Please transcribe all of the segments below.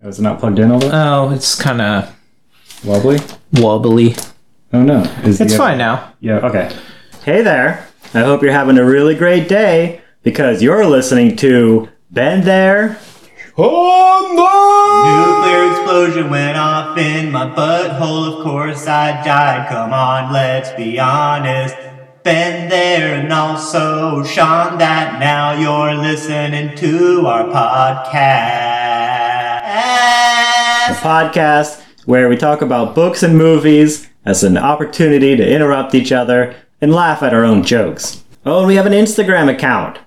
Is it not plugged in all that? Oh, it's kind of Wobbly? wobbly. Oh no. Is It's the- fine now. Yeah, okay. Hey there. I hope you're having a really great day because you're listening to Been There. Nuclear explosion went off in my butthole. Of course I died. Come on, let's be honest. Been there and also Sean that now you're listening to our podcast. a podcast where we talk about books and movies as an opportunity to interrupt each other and laugh at our own jokes. Oh, and we have an Instagram account.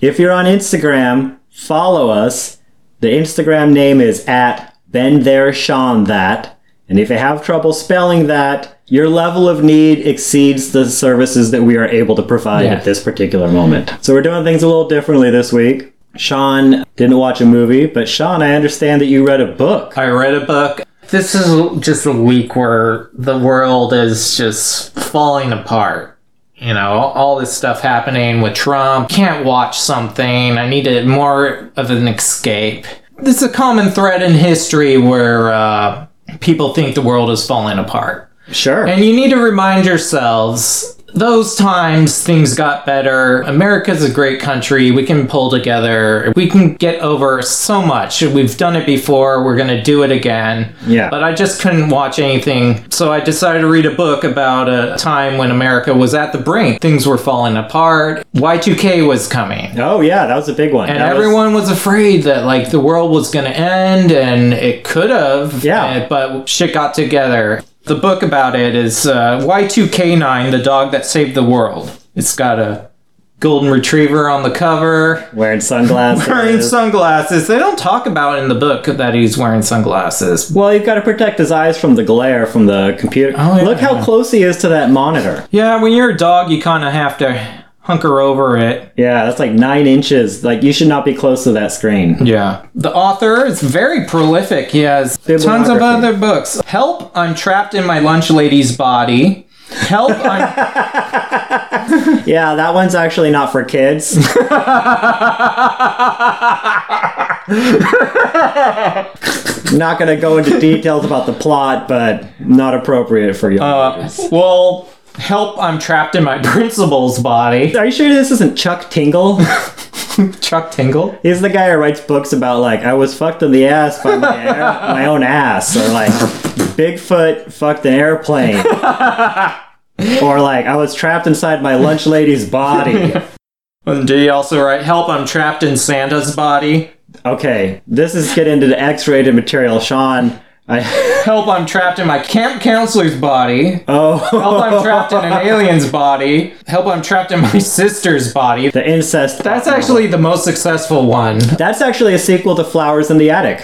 If you're on Instagram, follow us. The Instagram name is at Ben There Sean That. And if you have trouble spelling that, your level of need exceeds the services that we are able to provide Yeah. at this particular moment. So we're doing things a little differently this week. Sean didn't watch a movie, but Sean, I understand that you read a book. I read a book. This is just a week where the world is just falling apart. You know, all this stuff happening with Trump. Can't watch something. I needed more of an escape. This is a common thread in history where uh, people think the world is falling apart. Sure. And you need to remind yourselves those times things got better. America's a great country. We can pull together. We can get over so much. We've done it before. We're going to do it again. Yeah. But I just couldn't watch anything. So I decided to read a book about a time when America was at the brink. Things were falling apart. Y2K was coming. oh yeah, that was a big one. And That was- everyone was afraid that like the world was going to end, and it could have. Yeah. and- But shit got together. The book about it is uh, Y2K9, the dog that saved the world. It's got a golden retriever on the cover, wearing sunglasses. wearing sunglasses. They don't talk about in the book that he's wearing sunglasses. well, you've got to protect his eyes from the glare from the computer. Oh, yeah. Look how close he is to that monitor. Yeah, when you're a dog, you kind of have to hunker over it. Yeah, that's like nine inches. Like you should not be close to that screen. Yeah. The author is very prolific. He has tons of Bibliography. other books. Help, I'm trapped in my lunch lady's body. Help, I'm. Yeah, that one's actually not for kids. not gonna go into details about the plot, but not appropriate for you. Uh, well, help, I'm trapped in my principal's body. Are you sure this isn't Chuck Tingle? Chuck Tingle. He's the guy who writes books about like I was fucked in the ass by my, air- my own ass, or like Bigfoot fucked an airplane, or like I was trapped inside my lunch lady's body. And did he also write Help, I'm trapped in Santa's body? Okay, this is getting into the X-rated material, Sean. I Help, I'm trapped in my camp counselor's body. oh Help, I'm trapped in an alien's body. Help, I'm trapped in my sister's body. the incest. That's actually the most successful one. that's actually a sequel to Flowers in the Attic.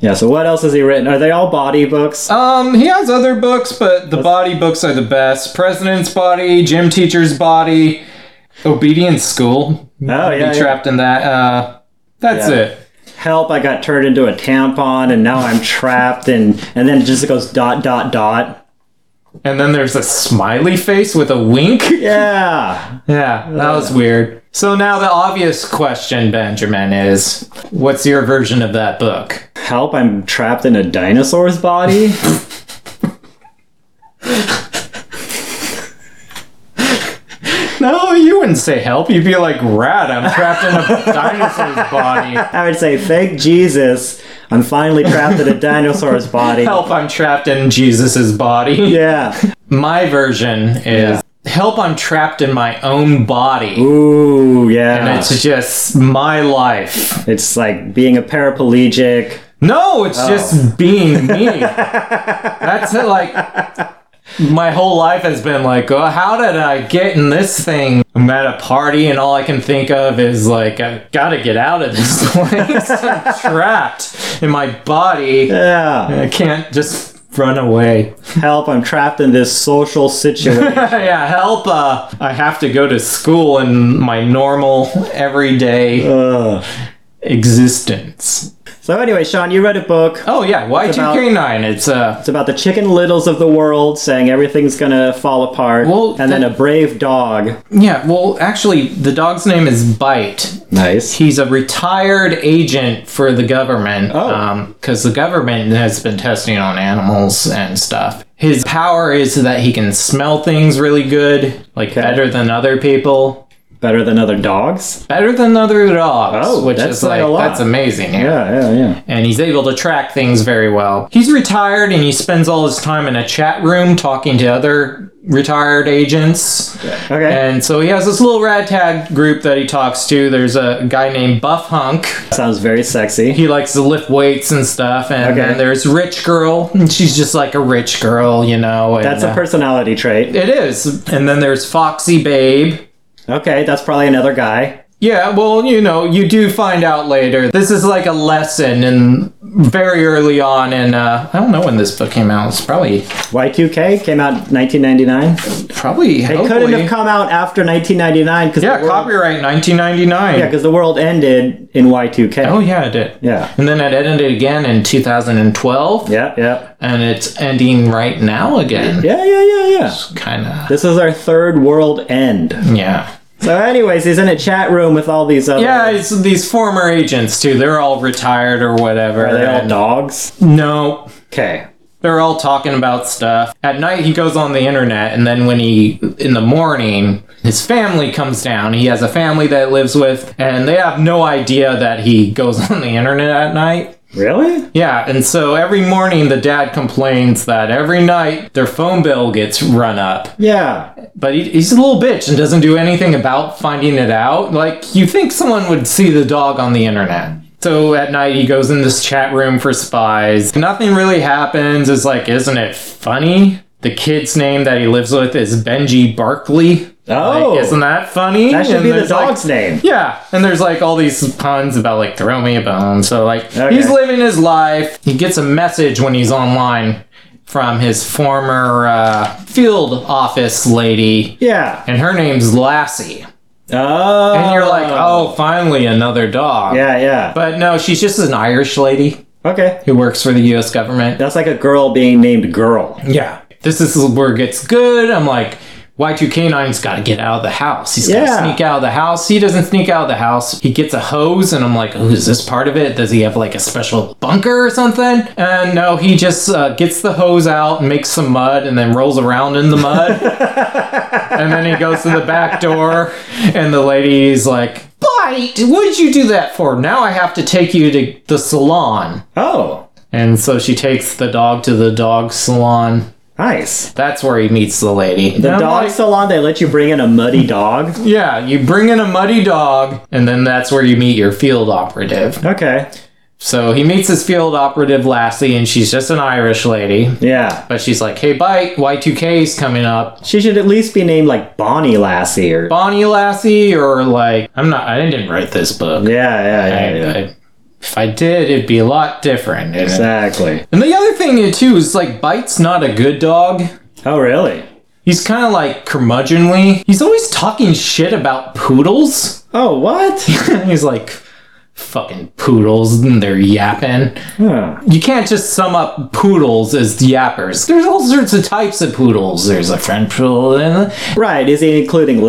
yeah. So what else has he written? Are they all body books? Um, he has other books, but the body books are the best. President's Body, Gym Teacher's Body, Obedience School. Oh, Be yeah, yeah. trapped in that. Uh, that's Yeah. it. help i got turned into a tampon and now i'm trapped and and then it just goes dot dot dot And then there's a smiley face with a wink. yeah Yeah, that was weird. So now the obvious question, Benjamin, is what's your version of that book? help i'm trapped in a dinosaur's body No, you wouldn't say help. You'd be like, rat, I'm trapped in a dinosaur's body. i would say thank jesus i'm finally trapped in a dinosaur's body Help, I'm trapped in Jesus's body. yeah My version is help I'm trapped in my own body. ooh yeah It's just my life. it's like being a paraplegic No, it's just being me. That's it, like my whole life has been like, oh, how did I get in this thing? I'm at a party and all I can think of is like, I gotta get out of this place. I'm trapped in my body. yeah I can't just run away. help i'm trapped in this social situation yeah, help. Uh, I have to go to school Uh. in my normal, everyday Ugh. existence. So anyway, Sean, you read a book. Oh yeah, Y two K nine. It's uh It's about the chicken littles of the world saying everything's gonna fall apart. Well, and then that- a brave dog. yeah. Well, actually, the dog's name is Bite. Nice. He's a retired agent for the government. Oh. because the government has been testing on animals and stuff. His power is that he can smell things really good, like better than other people, Better than other dogs? better than other dogs. Oh, which that's is not like a lot. that's amazing. yeah. Yeah, yeah, yeah. and he's able to track things very well. He's retired and he spends all his time in a chat room talking to other retired agents. Okay. And so he has this little ragtag group that he talks to. There's a guy named Buff Hunk. Sounds very sexy. He likes to lift weights and stuff. And Okay. then there's Rich Girl. And she's just like a rich girl, you know. And, That's a uh, personality trait. It is. And then there's Foxy Babe. Okay, that's probably another guy. Yeah, well, you know, you do find out later. This is like a lesson, and very early on, and uh, I don't know when this book came out. It's probably, Y2K came out 1999. probably, It couldn't have come out after 1999 because Oh, Yeah, the world, copyright 1999. yeah, 'cause the world ended in Y2K. oh yeah, it did. Yeah. and then it ended again in 2012, Yeah, yeah. and it's ending right now again. Yeah, yeah, yeah, yeah. Kind of. This is our third world end. Yeah. So, anyways, he's in a chat room with all these other. Yeah, it's these former agents too. They're all retired or whatever. Are they all and- dogs? no, Okay. they're all talking about stuff. At night, he goes on the internet, and then when he, in the morning, his family comes down. He has a family that lives with, and they have no idea that he goes on the internet at night. Really? Yeah, and so every morning, the dad complains that every night their phone bill gets run up. Yeah. But he, he's a little bitch and doesn't do anything about finding it out. Like, you think someone would see the dog on the internet. So at night he goes in this chat room for spies. Nothing really happens. It's like, isn't it funny? The kid's name that he lives with is Benji Barkley. Oh, Like, isn't that funny? that should Hmm, And be the there's, like- dog's name. yeah, and there's like all these puns about like throw me a bone. So like Okay. he's living his life. He gets a message when he's online from his former uh, field office lady, Yeah. and her name's Lassie. Oh. And you're like, oh, finally another dog. Yeah, yeah. But no, she's just an Irish lady okay. who works for the U.S. government. That's like a girl being named Girl. Yeah, this is where it gets good. I'm like. Y2K9's got to get out of the house. He's got Yeah. to sneak out of the house. He doesn't sneak out of the house. He gets a hose, and I'm like, oh, is this part of it? Does he have like a special bunker or something? And no, he just uh, gets the hose out and makes some mud and then rolls around in the mud. and then he goes to the back door, and the lady's like, Bite! What did you do that for? Now I have to take you to the salon. Oh, And so she takes the dog to the dog salon. nice. That's where he meets the lady. The And I'm dog like, salon, they let you bring in a muddy dog. yeah, you bring in a muddy dog, and then that's where you meet your field operative. Okay. So he meets his field operative Lassie, and she's just an Irish lady. Yeah. But she's like, hey, Bite, Y2K's coming up. She should at least be named like Bonnie Lassie or. Bonnie Lassie, or like, I'm not, I didn't write this book. yeah, yeah, yeah, yeah. I, I, if I did, it'd be a lot different. And, Exactly. and the other thing, uh, too, is like, Bite's not a good dog. Oh, really? He's kind of like curmudgeonly. He's always talking shit about poodles. Oh, what? He's like, fucking poodles, and they're yapping. Huh. You can't just sum up poodles as yappers. There's all sorts of types of poodles. There's a French poodle, and Right. Is he including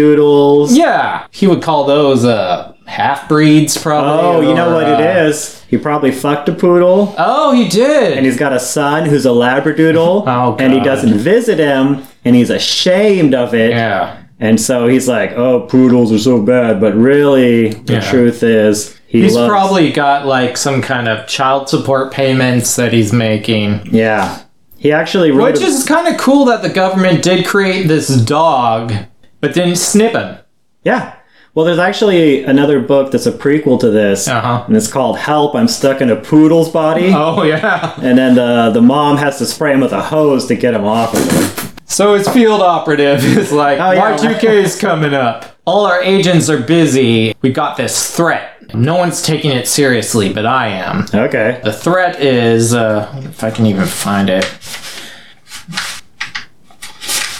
labradoodles? yeah, he would call those uh, half breeds, probably. Oh, you know or, what uh, it is? He probably fucked a poodle. Oh, he did. and he's got a son who's a labradoodle Oh, and he God. doesn't visit him and he's ashamed of it yeah, and so he's like oh poodles are so bad but really the Yeah. truth is he he's loves probably got like some kind of child support payments that he's making. yeah he actually wrote Which a- is kind of cool that the government did create this dog, but didn't snip him. yeah well there's actually another book that's a prequel to this Uh huh. and it's called help i'm stuck in a poodle's body Oh yeah. and then the, the mom has to spray him with a hose to get him off of it So his field operative is like, yeah. Y2K is coming up. All our agents are busy. We got this threat. No one's taking it seriously, but I am. okay The threat is, uh, if I can even find it.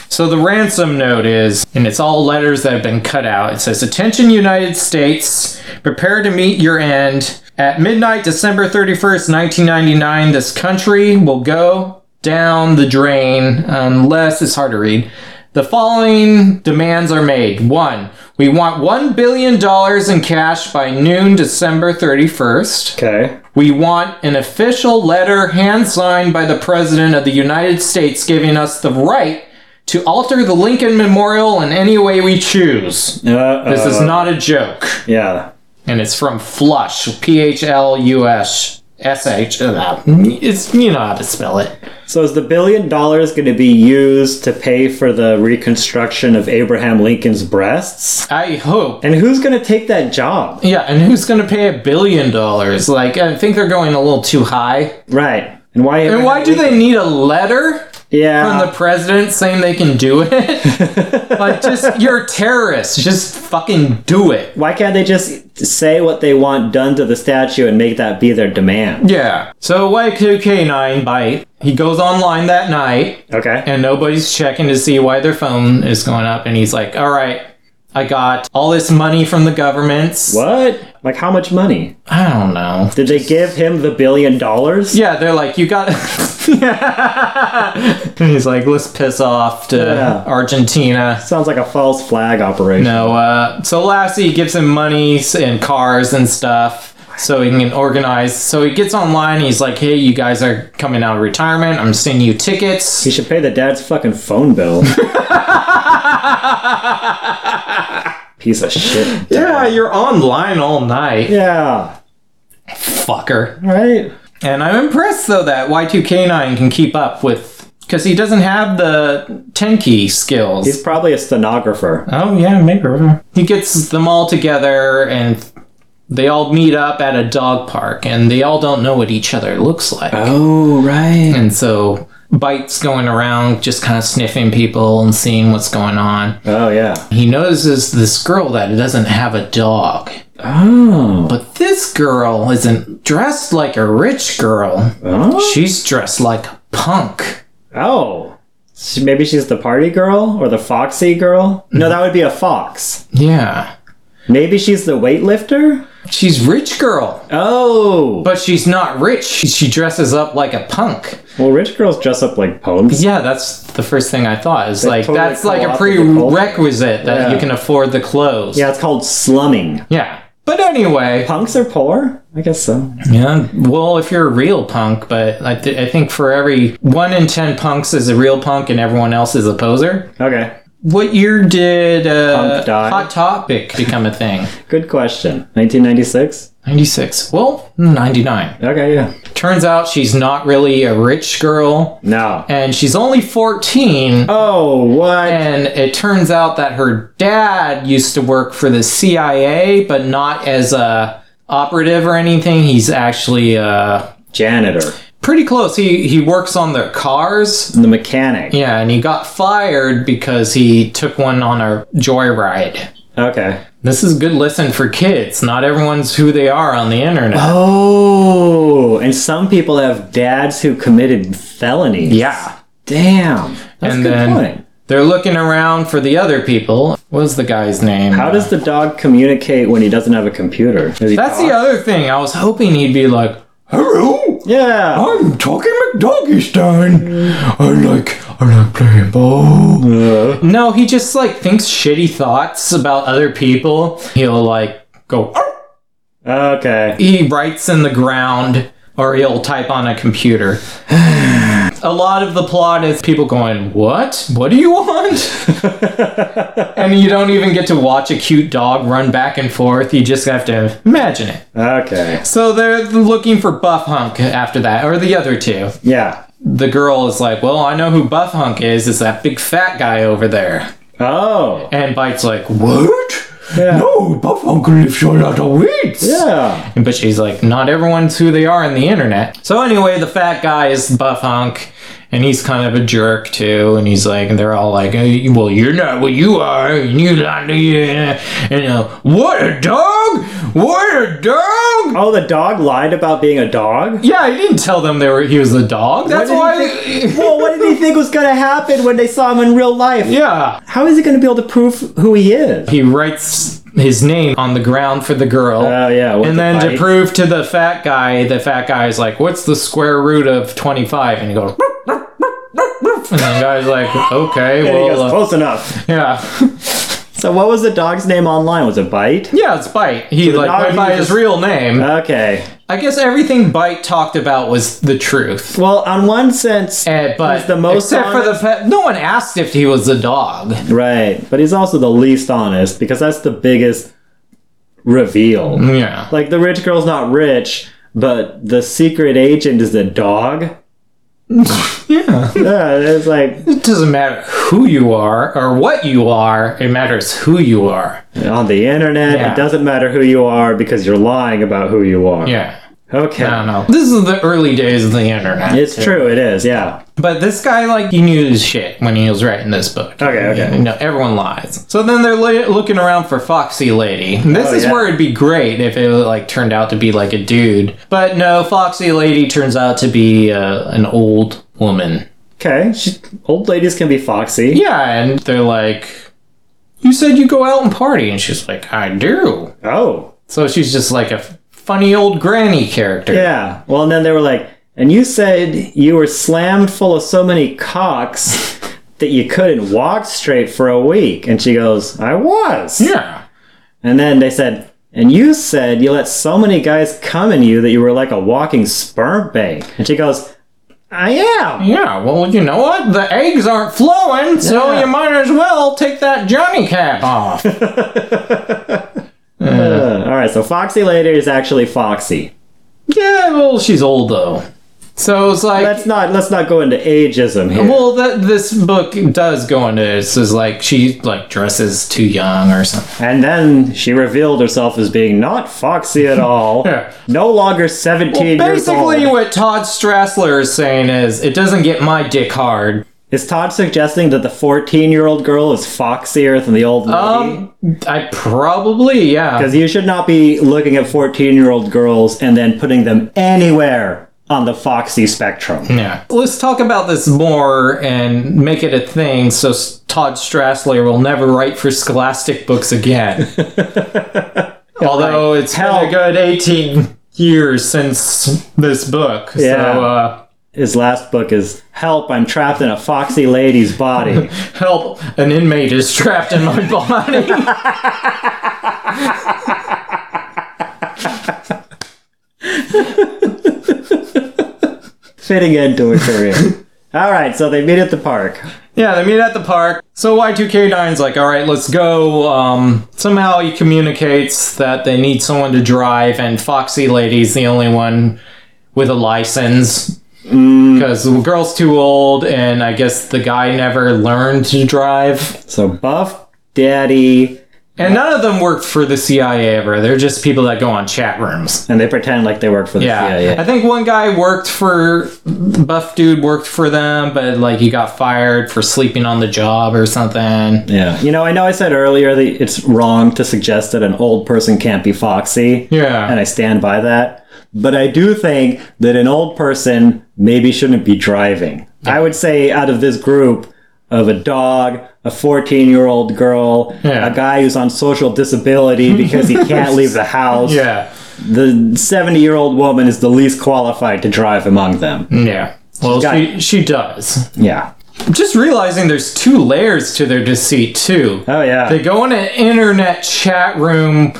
So the ransom note is, and it's all letters that have been cut out. It says, Attention, United States, prepare to meet your end. At midnight, December 31st, 1999, this country will go down the drain unless it's hard to read. The following demands are made. One, we want $1 billion in cash by noon, December 31st. Okay. We want an official letter hand signed by the President of the United States giving us the right to alter the Lincoln Memorial in any way we choose. Uh, This is not a joke. Yeah. And it's from Flush, P H L U S S H. It's, you know how to spell it. So is the billion dollars going to be used to pay for the reconstruction of Abraham Lincoln's breasts? I hope. And who's going to take that job? Yeah, and who's going to pay a billion dollars? Like, I think they're going a little too high. Right. And why? And why do they need a letter? from Yeah. uh, the president saying they can do it. like, just you're a terrorist. Just fucking do it. why can't they just say what they want done to the statue and make that be their demand? Yeah. So Y2K9 bite. He goes online that night, Okay. and nobody's checking to see why their phone is going up. And he's like, "All right, I got all this money from the governments. what? Like how much money? I don't know. Did they give him the billion dollars? Yeah, they're like, you got. and he's like, let's piss off to Yeah. Argentina. Sounds like a false flag operation. No, uh, so Lassie gives him money and cars and stuff so he can organize. So he gets online. He's like, hey, you guys are coming out of retirement. I'm sending you tickets. He should pay the dad's fucking phone bill. Piece of shit. Yeah, you're online all night, Yeah. fucker. Right? And I'm impressed, though, that Y2K9 can keep up with. Because he doesn't have the Tenki skills. He's probably a stenographer. Oh yeah, maybe. He gets them all together and they all meet up at a dog park and they all don't know what each other looks like. Oh, right. And so Bite's going around just kind of sniffing people and seeing what's going on. Oh, yeah. He notices this girl that doesn't have a dog. Oh. But this girl isn't dressed like a rich girl. Oh. She's dressed like a punk. oh. She- Maybe she's the party girl or the foxy girl? No, that would be a fox. Yeah. Maybe she's the weightlifter? She's rich girl, Oh. but she's not rich. She dresses up like a punk. well, rich girls dress up like ponies. Yeah, that's the first thing I thought. Is like totally that's like a co-opted the culture. prerequisite that Yeah. you can afford the clothes. Yeah, it's called slumming. Yeah. But anyway, Punks are poor? I guess so. yeah. Well, if you're a real punk, but I, th- I think for every one in ten punks is a real punk and everyone else is a poser. Okay. What year did uh, Punk die? Hot Topic become a thing? Good question. 1996? Ninety six. Well, ninety nine. Okay, yeah. Turns out she's not really a rich girl, No. and she's only fourteen. Oh, what? And it turns out that her dad used to work for the CIA, but not as a operative or anything. He's actually uh, Janitor. pretty close. He he works on their cars. The mechanic. Yeah, and he got fired because he took one on a joyride. Okay. This is a good lesson for kids. Not everyone's who they are on the internet. Oh, and some people have dads who committed felonies. Yeah. Damn. That's a And good then- point. They're looking around for the other people. What was the guy's name? How does the dog communicate when he doesn't have a computer? Does he That's talk? the other thing. I was hoping he'd be like, "Hello, Yeah. I'm talking McDoggystone. I like I like playing ball. Uh, No, he just like thinks shitty thoughts about other people. He'll like go. "Arr!" okay. He writes in the ground, or he'll type on a computer. a lot of the plot is people going, "What? What do you want?" and you don't even get to watch a cute dog run back and forth. You just have to imagine it. Okay. So they're looking for Buff Hunk after that, or the other two Yeah. the girl is like, "Well, I know who Buff Hunk is. It's that big fat guy over there." Oh. And Bite's like, "What? Yeah. No, Buff Hunk lives on out of weeds." Yeah. But she's like, "Not everyone's who they are on the internet." So anyway, the fat guy is Buff Hunk, And he's kind of a jerk too. And he's like, they're all like, "Hey, well, you're not what you are. and You're not, you know, what a dog? What a dog? Oh, the dog lied about being a dog? Yeah, he didn't tell them they were, he was a dog. That's What why. did he think- well, what did he think was going to happen when they saw him in real life? yeah. How is he going to be able to prove who he is? He writes his name on the ground for the girl. Oh, yeah. with and the then to bite. prove to the fat guy, the fat guy is like, "What's the square root of 25?" And he goes, and the guy's like, "Okay, And he well, goes, "Oh." uh, close enough. yeah, So, what was the dog's name online? Was it Bite? yeah, it's Bite." He like dog- went by he his just- real name. Okay. I guess everything Bite talked about was the truth. Well, on one sense, Uh, but He's the most except for the pet, no one asked if he was a dog. right, but he's also the least honest because that's the biggest reveal. Yeah, Like the rich girl's not rich, but the secret agent is the dog. yeah. Yeah, it's like It doesn't matter who you are or what you are. It matters who you are. on the internet, Yeah. it doesn't matter who you are because you're lying about who you are. Yeah. Okay. I don't know. This is the early days of the internet. It's true, it is, yeah. But this guy, like, he knew his shit when he was writing this book. Okay, okay. You know, everyone lies. So then they're li- looking around for Foxy Lady. This Oh, is yeah. where it'd be great if it like turned out to be like a dude. But no, Foxy Lady turns out to be uh, an old woman. Okay. She, old ladies can be foxy. Yeah, and they're like, "You said you go out and party," and she's like, "I do." Oh. So she's just like a f- funny old granny character. Yeah. Well, and then they were like, and you said you were slammed full of so many cocks that you couldn't walk straight for a week. And she goes, I was. Yeah. And then they said, and you said you let so many guys come in you that you were like a walking sperm bank. And she goes, I am. Yeah, well, you know what? The eggs aren't flowing, so Yeah. you might as well take that Johnny cap off. Uh, all right. So Foxy Later is actually Foxy. yeah, well, she's old though, so it's like. Let's not let's not go into ageism here. well, that this book does go into this is like she like dresses too young or something. And then she revealed herself as being not Foxy at all. Yeah. No longer 17 years old. Basically, what Todd Strassler is saying is it doesn't get my dick hard. Is Todd suggesting that the 14 year old girl is foxier than the old lady? Um, I probably yeah. because you should not be looking at 14 year old girls and then putting them anywhere on the foxy spectrum. Yeah. Let's talk about this more and make it a thing so S- Todd Strassler will never write for Scholastic books again. Although it's Hell. been a good 18 years since this book. Yeah. So, uh, His last book is Help, I'm Trapped in a Foxy Lady's Body. help, an inmate is trapped in my body. Fitting into a career. All right, so they meet at the park. yeah, they meet at the park. So Y2K9's like, all right, let's go. Um, somehow he communicates that they need someone to drive, and Foxy Lady's the only one with a license. because the girl's too old, and I guess the guy never learned to drive. So Buff Daddy, And none of them worked for the CIA ever. They're just people that go on chat rooms. and they pretend like they work for the Yeah. CIA. I think one guy worked for Buff Dude worked for them, but like he got fired for sleeping on the job or something. Yeah. You know, I know I said earlier that it's wrong to suggest that an old person can't be foxy. Yeah. And I stand by that. But I do think that an old person maybe shouldn't be driving. I would say out of this group of a dog, a 14 year old girl, Yeah. a guy who's on social disability because he can't leave the house, Yeah. the 70 year old woman is the least qualified to drive among them. Yeah. Well, got- she, she does. Yeah. Just realizing there's two layers to their deceit, too. Oh, yeah. They go in an internet chat room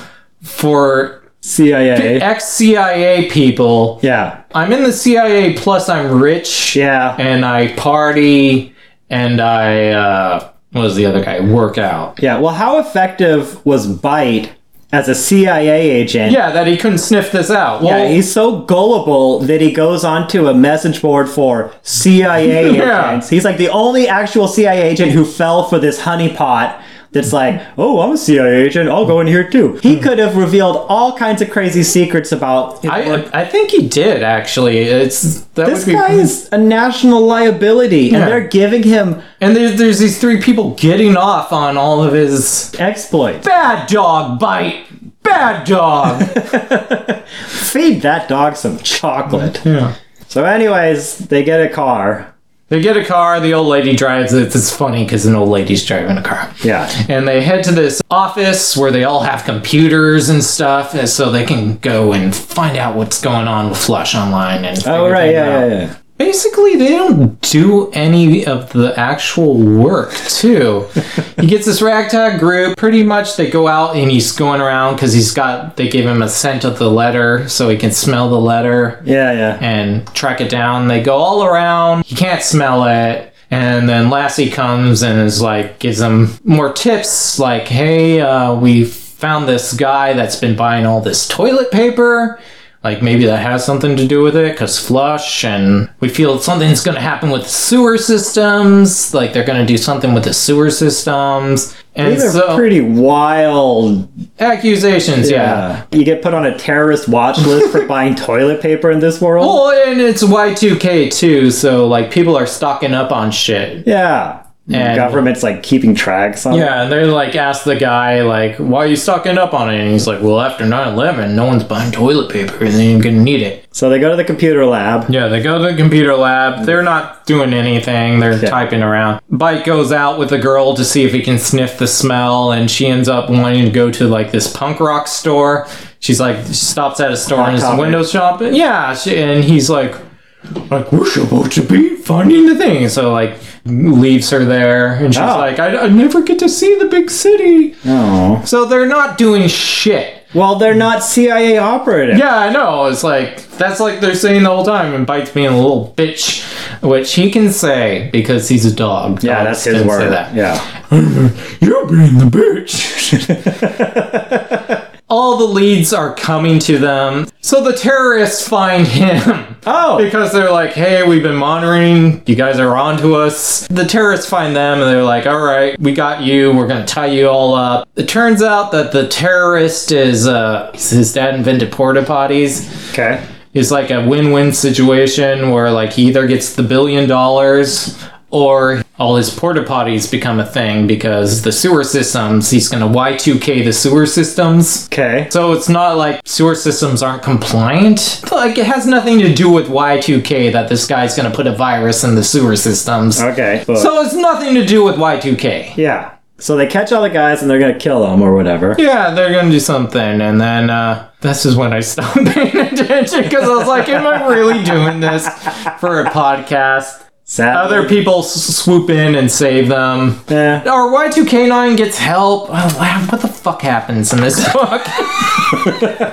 for CIA. ex CIA people yeah. I'm in the CIA, plus I'm rich, Yeah. and I party, and I, uh, what was the other guy? Work out. Yeah, well, how effective was Bite as a CIA agent? Yeah, that he couldn't sniff this out. Well, Yeah, he's so gullible that he goes onto a message board for CIA Yeah. agents. He's like the only actual CIA agent who fell for this honeypot that's like, oh, I'm a CIA agent. I'll go in here too. He could have revealed all kinds of crazy secrets about. his work. Hmm. I, I think he did actually. It's that this would be, guy is a national liability, Yeah. and they're giving him and there's there's these three people getting off on all of his exploits. bad dog bite. Bad dog. Feed that dog some chocolate. yeah. So, anyways, they get a car. They get a car. The old lady drives it. It's funny because an old lady's driving a car. Yeah. And they head to this office where they all have computers and stuff, and so they can go and find out what's going on with Flush Online. And Oh figure right, things yeah, out. yeah, yeah. Basically, they don't do any of the actual work too. he gets this ragtag group. Pretty much, they go out and he's going around because he's got. They gave him a scent of the letter, so he can smell the letter Yeah, yeah. and track it down. They go all around. He can't smell it. And then Lassie comes and is like, gives them more tips like, hey, uh, we found this guy that's been buying all this toilet paper. Like, maybe that has something to do with it because flush, and we feel something's going to happen with sewer systems. Like, they're going to do something with the sewer systems. And These are so, pretty wild. uh, accusations, yeah. You get put on a terrorist watch list for buying toilet paper in this world. Well, and it's Y2K too, so like people are stocking up on shit. Yeah. And- Government's like keeping tracks on. Yeah, and they like asked the guy like, "Why are you stocking up on it?" And he's like, "Well, after 9/11, no one's buying toilet paper, and then you're gonna need it." So they go to the computer lab. Yeah, they go to the computer lab. They're not doing anything. They're typing around. Bike goes out with a girl to see if he can sniff the smell, and she ends up wanting to go to like this punk rock store. She's like, she stops at a store and is Topic. window shopping. Yeah, she, and he's like, like we're supposed to be finding the thing. So like leaves her there, and she's Oh. like, I, I never get to see the big city. Oh. So they're not doing shit. Well, they're not CIA operatives. Yeah, I know. It's like that's like they're saying the whole time, and Bite's being a little bitch, which he can say because he's a dog. Yeah, that's Dogs his can say word. that. Yeah. You're being the bitch. All the leads are coming to them, so the terrorists find him. Oh. Because they're like, hey, we've been monitoring. You guys are on to us. The terrorists find them and they're like, all right, we got you. We're going to tie you all up. It turns out that the terrorist is, uh, his dad invented porta potties. Okay. It's like a win win situation where, like, he either gets the billion dollars or all his porta potties become a thing because the sewer systems, he's going to Y2K the sewer systems. Okay. So it's not like sewer systems aren't compliant. Like it has nothing to do with Y2K that this guy's going to put a virus in the sewer systems. Okay. Look. So it's nothing to do with Y2K. yeah. So they catch all the guys and they're gonna kill them or whatever. Yeah, they're going to do something and then uh this is when I stopped paying attention cuz I was like am I really doing this for a podcast? Sadly. Other people s- swoop in and save them. Yeah. Or Y2K9 gets help. Oh, wow, What the fuck happens in this book?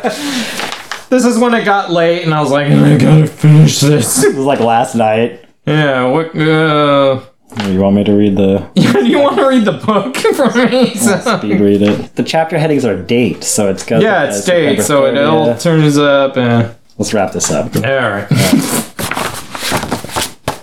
this is when it got late, and I was like, I gotta finish this. It was like last night. Yeah, what? Uh, You want me to read the do you want to read the book for me? So- speed read it? The chapter headings are date, so it's goes. yeah, as it's date, September so it 30th. all turns up. And Let's wrap this up. all right.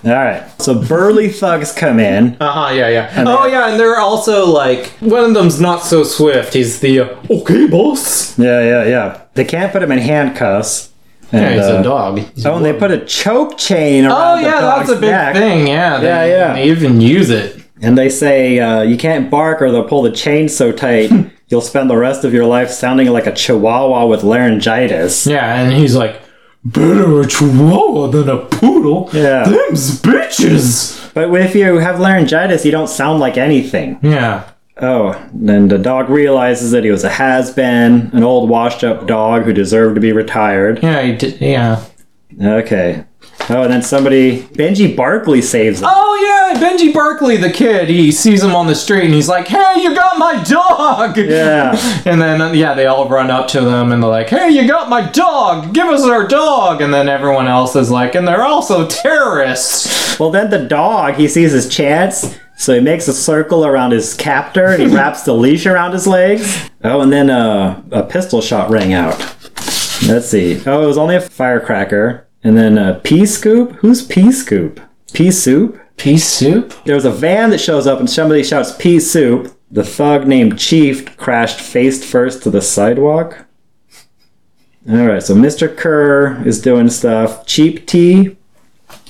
All right. So burly thugs come in. Uh huh. Yeah, yeah. oh, yeah, and they're also like one of them's not so swift. He's the uh, okay boss. Yeah, yeah, yeah. They can't put him in handcuffs. And, Yeah, he's uh, a dog. He's a Oh, and they put a choke chain Oh around the yeah, that's a dog's big neck, thing. Yeah, they, Yeah, yeah. They even use it. And they say uh, you can't bark, or they'll pull the chain so tight you'll spend the rest of your life sounding like a chihuahua with laryngitis. Yeah, and he's like, better a chihuahua than a poodle. Yeah. them's bitches. But if you have laryngitis, you don't sound like anything. Yeah, Oh, and the dog realizes that he was a has-been, an old washed-up dog who deserved to be retired. yeah, he did. Yeah. Okay. Oh, and then somebody, Benji Barkley saves him. Oh yeah, Benji Barkley, the kid. He sees him on the street, and he's like, "Hey, you got my dog!" Yeah. And then uh, yeah, they all run up to them, and they're like, "Hey, you got my dog! Give us our dog!" And then everyone else is like, "And they're also terrorists." Well, then the dog, he sees his chance, so he makes a circle around his captor and he wraps the leash around his legs. Oh, and then uh, a pistol shot rang out. Let's see. Oh, it was only a firecracker. And then uh, pea scoop? Who's pea scoop? Pea soup? Pea soup. There was a van that shows up and somebody shouts pea soup. The thug named Chief crashed face first to the sidewalk. All right, so Mr. Kerr is doing stuff. Cheap Tea.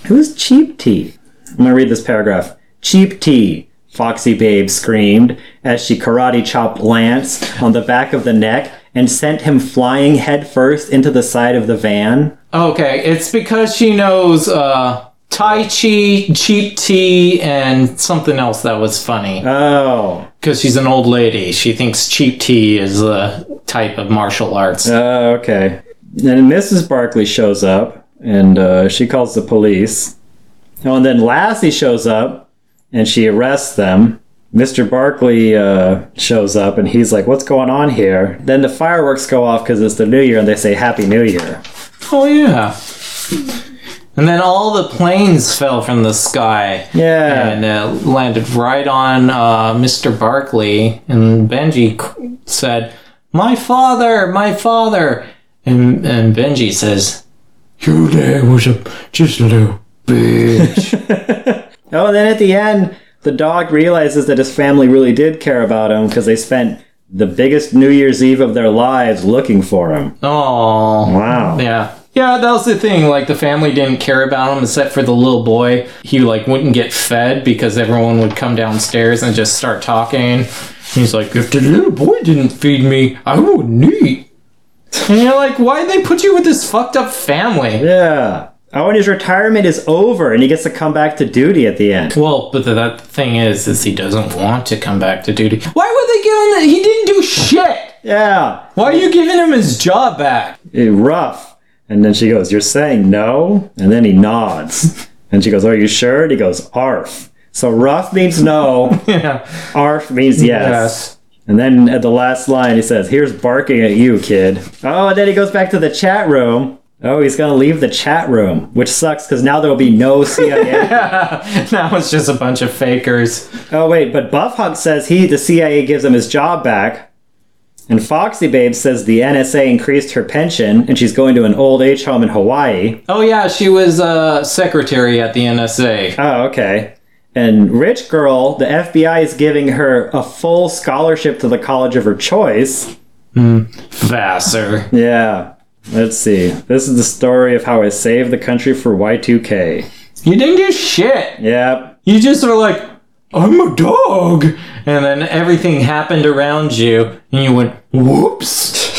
Who's Cheap Tea? I'm going to read this paragraph. Cheap Tea, Foxy Babe screamed as she karate chopped Lance on the back of the neck and sent him flying headfirst into the side of the van. Okay, it's because she knows uh, Tai Chi, Cheap Tea, and something else that was funny. Oh, Because she's an old lady. She thinks Cheap Tea is the type of martial arts. Oh, okay. And Mrs. Barkley shows up and uh, she calls the police. Oh, and then Lassie shows up and she arrests them. Mr. Barkley uh, shows up and he's like, What's going on here? Then the fireworks go off because it's the new year and they say, Happy New Year. Oh, yeah. And then all the planes fell from the sky. Yeah. And uh, landed right on uh, Mr. Barkley. And Benji c- said, My father, my father. And, and Benji says, Your dad was a, just a little bitch. Oh, and then at the end, the dog realizes that his family really did care about him because they spent the biggest New Year's Eve of their lives looking for him. Oh. Wow. Yeah. Yeah, that was the thing. Like the family didn't care about him except for the little boy. He like wouldn't get fed because everyone would come downstairs and just start talking. He's like, if the little boy didn't feed me, I wouldn't eat. And you're like, why they put you with this fucked up family? Yeah. Oh, and his retirement is over, and he gets to come back to duty at the end. Well, but the, that thing is, is he doesn't want to come back to duty. Why would they give him that? He didn't do shit. Yeah. Why are you giving him his job back? Eh, rough. And then she goes, You're saying no? And then he nods. and she goes, Are you sure? And he goes, Arf. So rough means no, Yeah. arf means yes. And then at the last line, he says, Here's barking at you, kid. Oh, and then he goes back to the chat room. Oh, he's going to leave the chat room, which sucks because now there will be no CIA. That was just a bunch of fakers. Oh wait, but Buff Hunk says he the CIA gives him his job back. And Foxy Babe says the NSA increased her pension and she's going to an old age home in Hawaii. Oh yeah, she was uh, secretary at the NSA. Oh, okay. And Rich Girl, the FBI is giving her a full scholarship to the college of her choice. Vassar. Yeah. Let's see. This is the story of how I saved the country for Y2K. You didn't do shit. Yep. You just were like, I'm a dog, and then everything happened around you, and you went, whoops.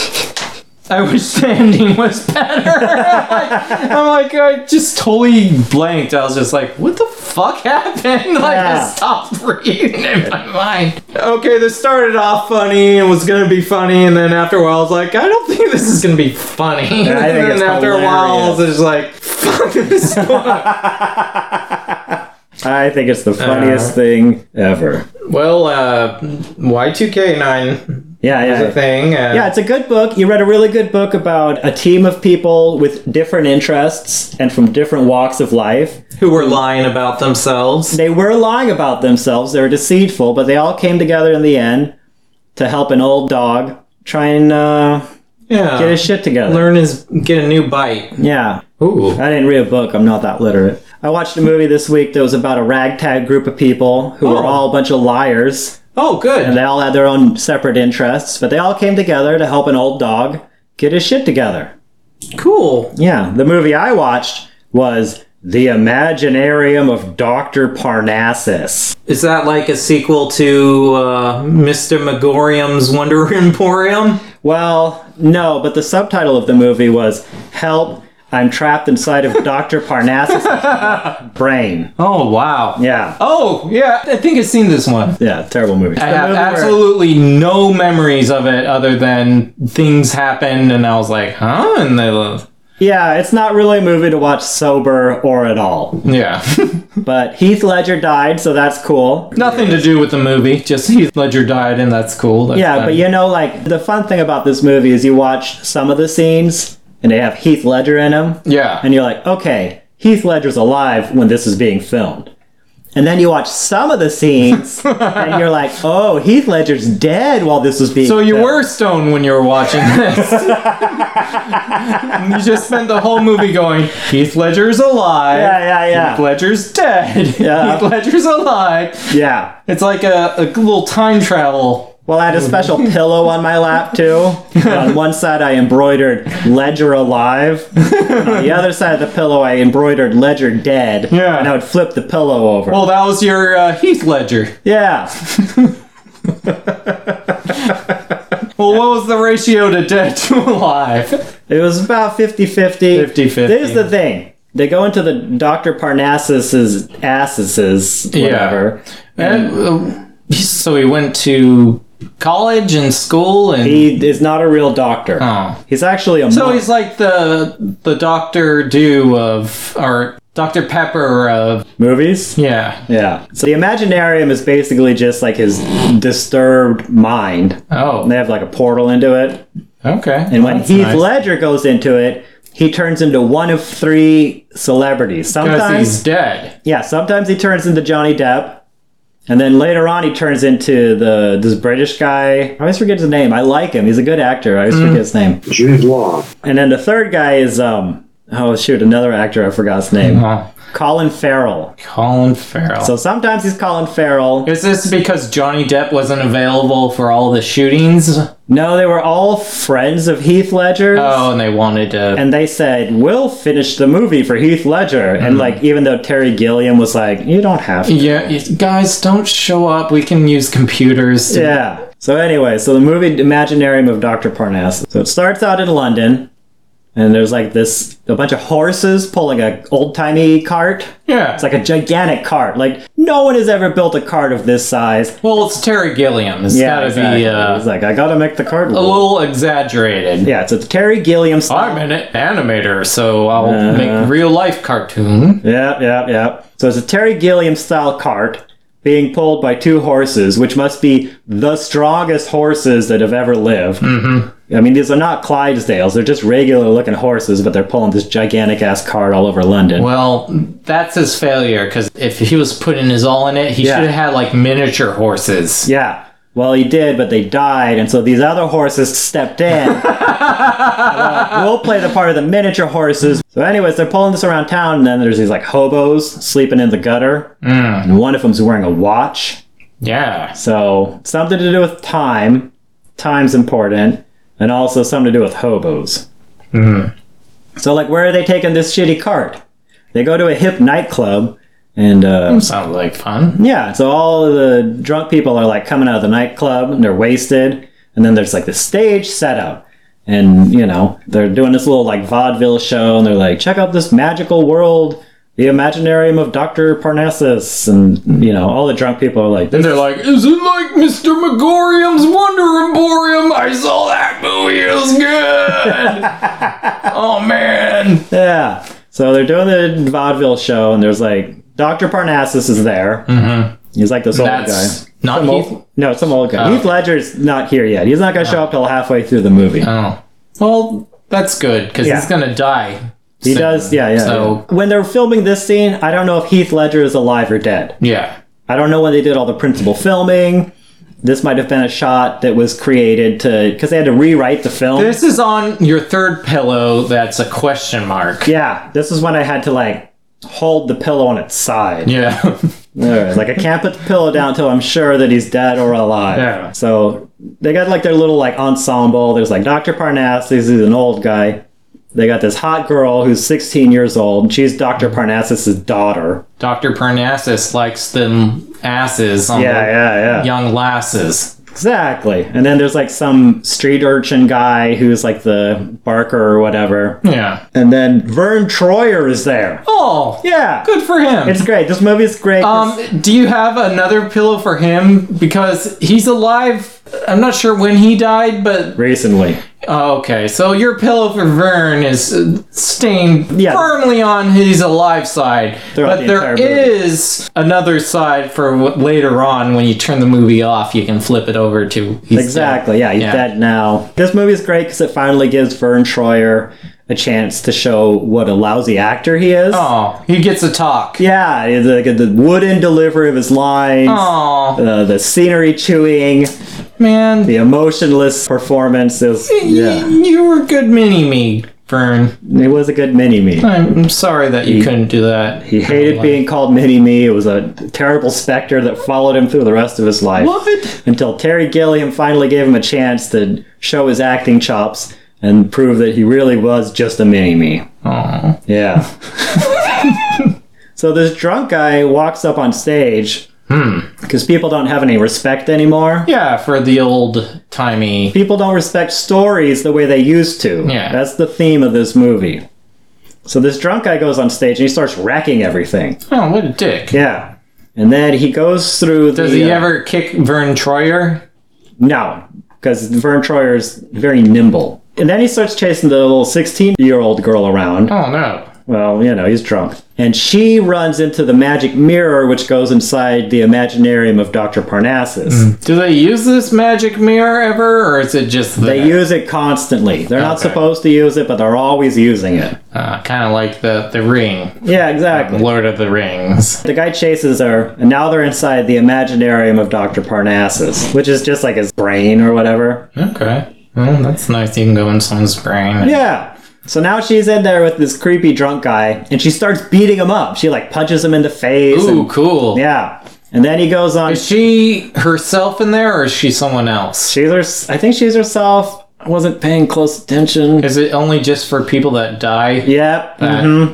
I wish the ending was better. I'm like, I just totally blanked. I was just like, what the fuck happened? Like, Yeah. I stopped reading in my mind. Okay, this started off funny and was gonna be funny, and then after a while, I was like, I don't think this is gonna be funny. I think and it's then after a while, I was just like, fuck this book. I think it's the funniest thing ever. well, uh, Y2K9 Yeah, yeah. is a thing. Uh, Yeah, it's a good book. You read a really good book about a team of people with different interests and from different walks of life. who were lying about themselves. They were lying about themselves, they were deceitful, but they all came together in the end to help an old dog try and uh, Yeah. get his shit together. Learn is get a new bite. Yeah. Ooh. I didn't read a book, I'm not that literate. I watched a movie this week that was about a ragtag group of people who were Oh. all a bunch of liars. Oh, good. They all had their own separate interests, but they all came together to help an old dog get his shit together. Cool. Yeah, the movie I watched was The Imaginarium of Dr. Parnassus. Is that like a sequel to uh, Mr. Megorium's Wonder Emporium? Well, no, but the subtitle of the movie was Help, I'm Trapped Inside of Dr. Parnassus' Brain. Oh, wow. Yeah. Oh, yeah. I think I've seen this one. Yeah, terrible movie. I have absolutely no memories of it other than things happened and I was like, huh? And they, Yeah, it's not really a movie to watch sober or at all. yeah. But Heath Ledger died, so that's cool. Nothing to do with the movie. Just Heath Ledger died and that's cool. That's Yeah, fun. but you know, like, the fun thing about this movie is you watch some of the scenes and they have Heath Ledger in them. Yeah. and you're like, okay, Heath Ledger's alive when this is being filmed. And then you watch some of the scenes, and you're like, "Oh, Heath Ledger's dead." While this was being So you filmed. were stoned when you were watching this. you just spent the whole movie going, Heath Ledger's alive. Yeah, yeah, yeah. Heath Ledger's dead. Yeah. Heath Ledger's alive. yeah. It's like a, a little time travel. Well, I had a special pillow on my lap too. on one side, I embroidered "Ledger Alive." on the other side of the pillow, I embroidered "Ledger Dead." Yeah. and I would flip the pillow over. Well, that was your uh, Heath Ledger. yeah, Well, what was the ratio to dead to alive? it was about 50-50. 50-50. Here's the thing: they go into the Doctor Parnassus's asses, whatever. And, uh, so he went to college and school and. He is not a real doctor. Oh. He's actually a So monk. he's like the the Doctor Do of or Doctor Pepper of movies. yeah. Yeah. So the Imaginarium is basically just like his disturbed mind. They Oh, have like a portal into it. okay. And when Heath nice. Ledger goes into it, he turns into one of three celebrities. because he's Sometimes, dead. yeah, sometimes he turns into Johnny Depp. And then later on, he turns into the this British guy. I always forget his name. I like him. He's a good actor. I always forget his name. Jude Law. And then the third guy is um oh shoot another actor I forgot his name. Oh, Colin Farrell. Colin Farrell. So sometimes he's Colin Farrell. is this because Johnny Depp wasn't available for all the shootings? No, they were all friends of Heath Ledger's. Oh, and they wanted to. And they said, We'll finish the movie for Heath Ledger. And like even though Terry Gilliam was like, You don't have to. yeah, you- guys, don't show up. We can use computers. To, Yeah. So anyway, so the movie Imaginarium of Dr. Parnassus. So it starts out in London. And there's like this a bunch of horses pulling a old timey cart. yeah. It's like a gigantic cart. Like no one has ever built a cart of this size. well, it's Terry Gilliam. It's gotta exactly. be uh, it's like I gotta make the cart. a Work. little exaggerated. Yeah, it's a Terry Gilliam style. I'm an animator, so I'll Uh. make real life cartoon. Yep, yep, yep. So it's a Terry Gilliam style cart being pulled by two horses, which must be the strongest horses that have ever lived. Mm-hmm. I mean, these are not Clydesdales; they're just regular looking horses, but they're pulling this gigantic ass cart all over London. Well, that's his failure because if he was putting his all in it, he Yeah. should have had like miniature horses. Yeah. Well, he did, but they died, and so these other horses stepped in. And they're like, we'll play the part of the miniature horses. So, anyways, they're pulling this around town, and then there's these like hobos sleeping in the gutter, and one of them's wearing a watch. Yeah. So something to do with time. Time's important, and also something to do with hobos. So like, where are they taking this shitty cart? They go to a hip nightclub, and uh, Sounds like fun. yeah, so all of the drunk people are like coming out of the nightclub, and they're wasted, and then there's like the stage setup. And you know they're doing this little like vaudeville show, and they're like, "Check out this magical world, the Imaginarium of Doctor Parnassus," and you know all the drunk people are like, And they're like, is it like Mr. Megorium's Wonder Emporium? I saw that movie. It was good. oh, man. Yeah. So they're doing the vaudeville show, and there's like Dr. Parnassus is there. Mm-hmm. He's like this old That's guy. not Some Heath. old- no, some old guy. Oh. Heath Ledger's not here yet. He's not going to show up till halfway through the movie. Oh. Well, that's good because Yeah. he's going to die. he does, yeah, yeah, So- yeah. When they're filming this scene, I don't know if Heath Ledger is alive or dead. Yeah. I don't know when they did all the principal filming. This might have been a shot that was created to because they had to rewrite the film. This is on your third pillow that's a question mark. yeah, this is when I had to like hold the pillow on its side. Yeah. Alright, Like I can't put the pillow down until I'm sure that he's dead or alive. Yeah. So they got like their little like ensemble. There's like Dr. Parnassus, he's an old guy. They got this hot girl who's 16 years old. She's Dr. Mm-hmm. Parnassus's daughter. Dr. Parnassus likes them asses on Yeah, the yeah, yeah. young lasses. Exactly. And then there's like some street urchin guy who's like the barker or whatever. Yeah. And then Vern Troyer is there. Oh, Yeah. Good for him. It's great. This movie is great. um, do you have another pillow for him? Because he's alive. I'm not sure when he died, but recently. oh, okay. So your pillow for Vern is uh, staying Yeah. firmly on his alive side, Throughout but the there entire is movie. another side for w- later on when you turn the movie off. You can flip it over to he's dead. Exactly. Yeah, he's Yeah. dead now. This movie is great because it finally gives Vern Troyer a chance to show what a lousy actor he is. Oh, he gets a talk. Yeah, the, the wooden delivery of his lines, Oh, uh, the scenery chewing, man. the emotionless performance is Y- yeah, You were a good mini me, Vern. it was a good mini me. I'm I'm sorry that you couldn't do that. He hated being called mini me. It was a terrible specter that followed him through the rest of his life. What? until Terry Gilliam finally gave him a chance to show his acting chops and prove that he really was just a mini me. Oh, Yeah. so this drunk guy walks up on stage Hmm. because people don't have any respect anymore. yeah, for the old timey. People don't respect stories the way they used to. Yeah. That's the theme of this movie. So this drunk guy goes on stage and he starts wrecking everything. Oh, what a dick. Yeah. And then he goes through the Does he uh, ever kick Vern Troyer? No, because Vern Troyer's very nimble. And then he starts chasing the little 16 year old girl around. Oh no. Well, you know, he's drunk. And she runs into the magic mirror, which goes inside the imaginarium of Dr. Parnassus. Do they use this magic mirror ever, or is it just the, They use it constantly. They're not Okay. supposed to use it, but they're always using it. uh, kind of like the the ring, Yeah, exactly. Lord of the Rings? The guy chases her, and now they're inside the imaginarium of Dr. Parnassus, which is just like his brain or whatever. Okay, well, that's nice. You can go in someone's brain. Yeah. So now she's in there with this creepy drunk guy, and she starts beating him up. She like punches him in the face. Ooh, and- cool. yeah. And then he goes on. Is she herself in there, or is she someone else? She's her. I think she's herself. I wasn't paying close attention. Is it only just for people that die? Yep. hmm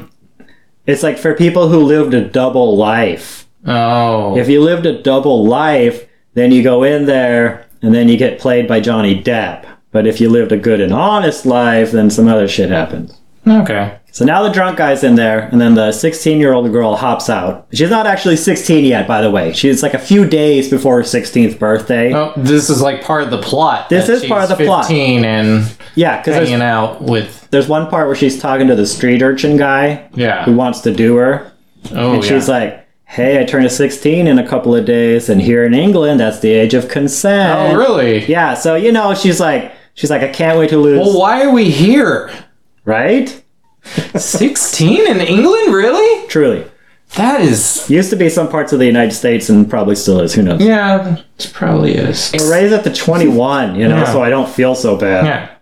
It's like for people who lived a double life. Oh, If you lived a double life, then you go in there and then you get played by Johnny Depp. But if you lived a good and honest life, then some other shit happens. okay. So now the drunk guy's in there, and then the 16 year old girl hops out. She's not actually 16 yet, by the way. She's like a few days before her 16th birthday. Oh, this is like part of the plot. This that is part of she's the plot. 15 and Yeah, because hanging there's, out with there's one part where she's talking to the street urchin guy yeah. who wants to do her. Oh, And yeah. she's like, hey, I turned 16 in a couple of days, and here in England, that's the age of consent. oh, really? Yeah, so, you know, she's like, she's like, I can't wait to lose. Well, why are we here? right? 16 in England, really? Truly. That is. Used to be some parts of the United States and probably still is. Who knows? Yeah, it probably is. Raise it to 21, you know, Yeah. so I don't feel so bad.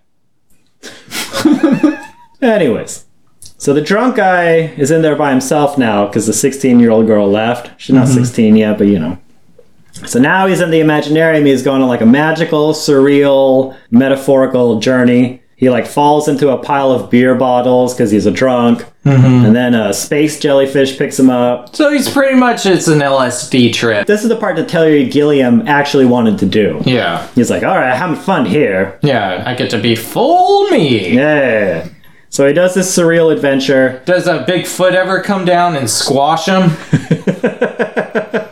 Yeah. Anyways, so the drunk guy is in there by himself now because the 16 year old girl left. She's not 16 yet, but you know. So now he's in the Imaginarium. He's going on like a magical, surreal, metaphorical journey. He like falls into a pile of beer bottles because he's a drunk. And then a space jellyfish picks him up. So he's pretty much it's an LSD trip. This is the part that Terry Gilliam actually wanted to do. Yeah. He's like, all right, having fun here. Yeah. I get to be full me. Yeah. So he does this surreal adventure. Does a Bigfoot ever come down and squash him?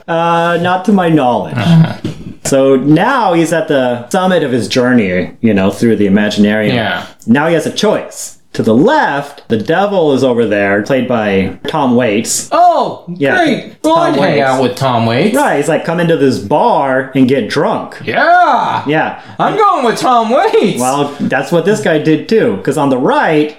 Uh, not to my knowledge. Uh-huh. So now he's at the summit of his journey, you know, through the Imaginarium. Yeah. Now he has a choice. To the left, the devil is over there, played by Tom Waits. Oh, Yeah. great. Well, Tom I'd hang Waits. out with Tom Waits. Right, Uh, he's like, come into this bar and get drunk. Yeah. Yeah. I'm going with Tom Waits. Well, that's what this guy did too, because on the right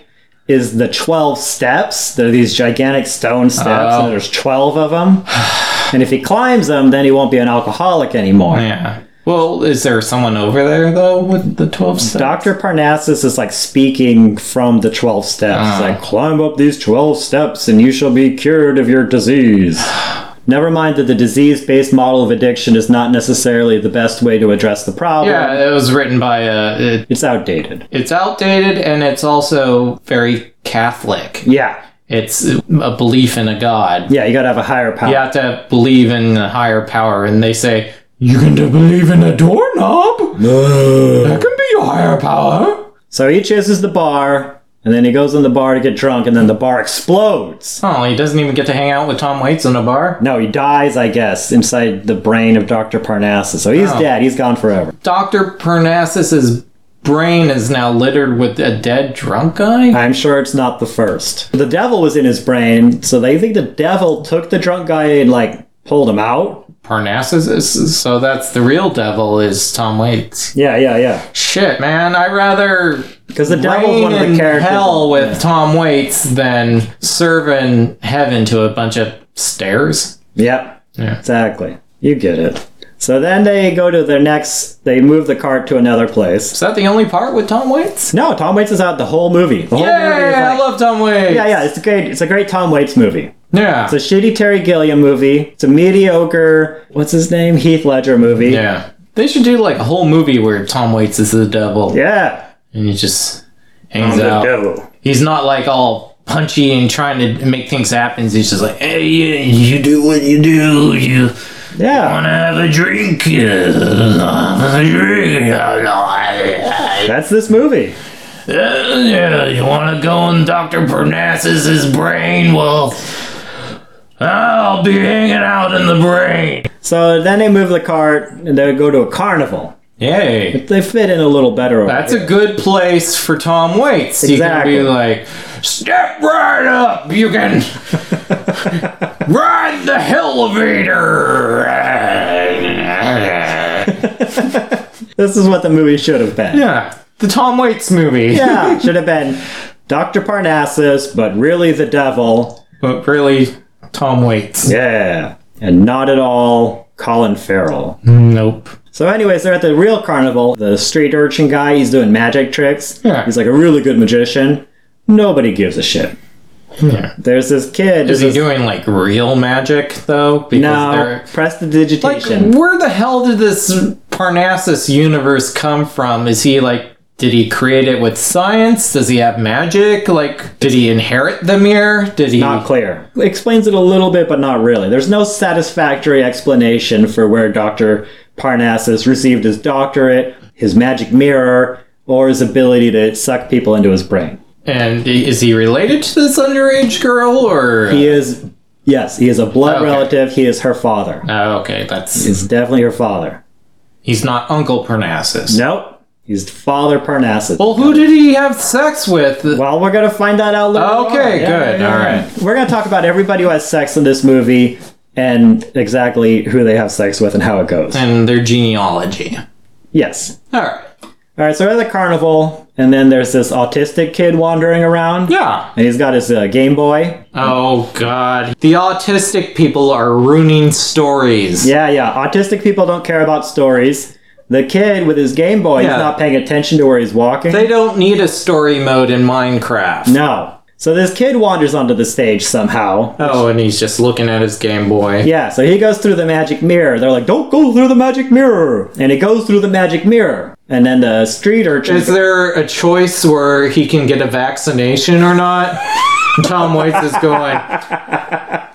is the 12 steps. There are these gigantic stone steps, Oh. and there's 12 of them. and if he climbs them, then he won't be an alcoholic anymore. yeah. Well, is there someone over there though with the 12 steps? Dr. Parnassus is like speaking from the 12 steps. Ah. Like, climb up these 12 steps and you shall be cured of your disease. Never mind that the disease based model of addiction is not necessarily the best way to address the problem. Yeah, it was written by a. It, It's outdated. it's outdated and it's also very Catholic. Yeah. It's a belief in a god. Yeah, you gotta have a higher power. You have to believe in a higher power, and they say you can to believe in a doorknob. That can be your higher power. So he chases the bar, and then he goes in the bar to get drunk, and then the bar explodes. Oh, he doesn't even get to hang out with Tom Waits in a bar. No, he dies, I guess, inside the brain of Dr. Parnassus. So he's dead. He's gone forever. Doctor Parnassus's brain is now littered with a dead drunk guy. I'm sure it's not the first. The devil was in his brain, so they think the devil took the drunk guy and like Pulled him out? Parnassus is so that's the real devil is Tom Waits. Yeah, yeah, yeah. Shit, man, I'd rather Because the devil's reign one of in the characters. hell with Tom Waits than serving heaven to a bunch of stairs. Yep. Yeah. Exactly. You get it. So then they go to their next. They move the cart to another place. Is that the only part with Tom Waits? No, Tom Waits is out the whole movie. The whole movie Yeah, is I like, love Tom Waits. yeah, yeah. It's a great. It's a great Tom Waits movie. yeah, It's a shitty Terry Gilliam movie. It's a mediocre. What's his name? Heath Ledger movie. yeah. They should do like a whole movie where Tom Waits is the devil Yeah. and he just hangs out. He's not like all punchy and trying to make things happen. He's just like, hey, you, you do what you do. You Yeah. wanna have a drink? Yeah, have a drink. Yeah, yeah, That's this movie. yeah, uh, you wanna go in Dr. Parnassus's brain? Well, I'll be hanging out in the brain. So then they move the cart and they go to a carnival. Yay. They fit in a little better. over That's here. a good place for Tom Waits. Exactly. You can be like, step right up. You can ride the elevator. This is what the movie should have been. yeah, the Tom Waits movie. yeah, should have been Dr. Parnassus, but really the devil. but really, Tom Waits. Yeah. And not at all Colin Farrell. Nope. So, anyways, they're at the real carnival. The street urchin guy, he's doing magic tricks. Yeah. He's like a really good magician. Nobody gives a shit. Yeah. There's this kid. Is he doing like real magic though? Because No, they're- press the like, digitation. where the hell did this Parnassus universe come from? Is he like? Did he create it with science? Does he have magic? Like, did he inherit the mirror? Did he? not clear. Explains it a little bit, but not really. There's no satisfactory explanation for where Dr. Parnassus received his doctorate, his magic mirror, or his ability to suck people into his brain. and i- is he related to this underage girl? Or He is, yes, he is a blood Okay. relative. He is her father. oh, okay, that's He's definitely her father. he's not Uncle Parnassus. Nope. He's Father Parnassus. Well, who did he have sex with? Well, we're going to find that out later. on. Okay, Yeah, good, yeah, all yeah. right. We're going to talk about everybody who has sex in this movie and exactly who they have sex with and how it goes. And their genealogy. Yes. All right. All right, so we're at the carnival, and then there's this autistic kid wandering around, Yeah. and he's got his uh, Game Boy. Oh God. The autistic people are ruining stories. Yeah, yeah. Autistic people don't care about stories. The kid with his Game Boy, Yeah. he's not paying attention to where he's walking. They don't need a story mode in Minecraft. no. So this kid wanders onto the stage somehow. Oh, and he's just looking at his Game Boy. Yeah, so he goes through the magic mirror. They're like, "Don't go through the magic mirror," and he goes through the magic mirror. And then the street urchin. Is there a choice where he can get a vaccination or not? Tom Waits is going.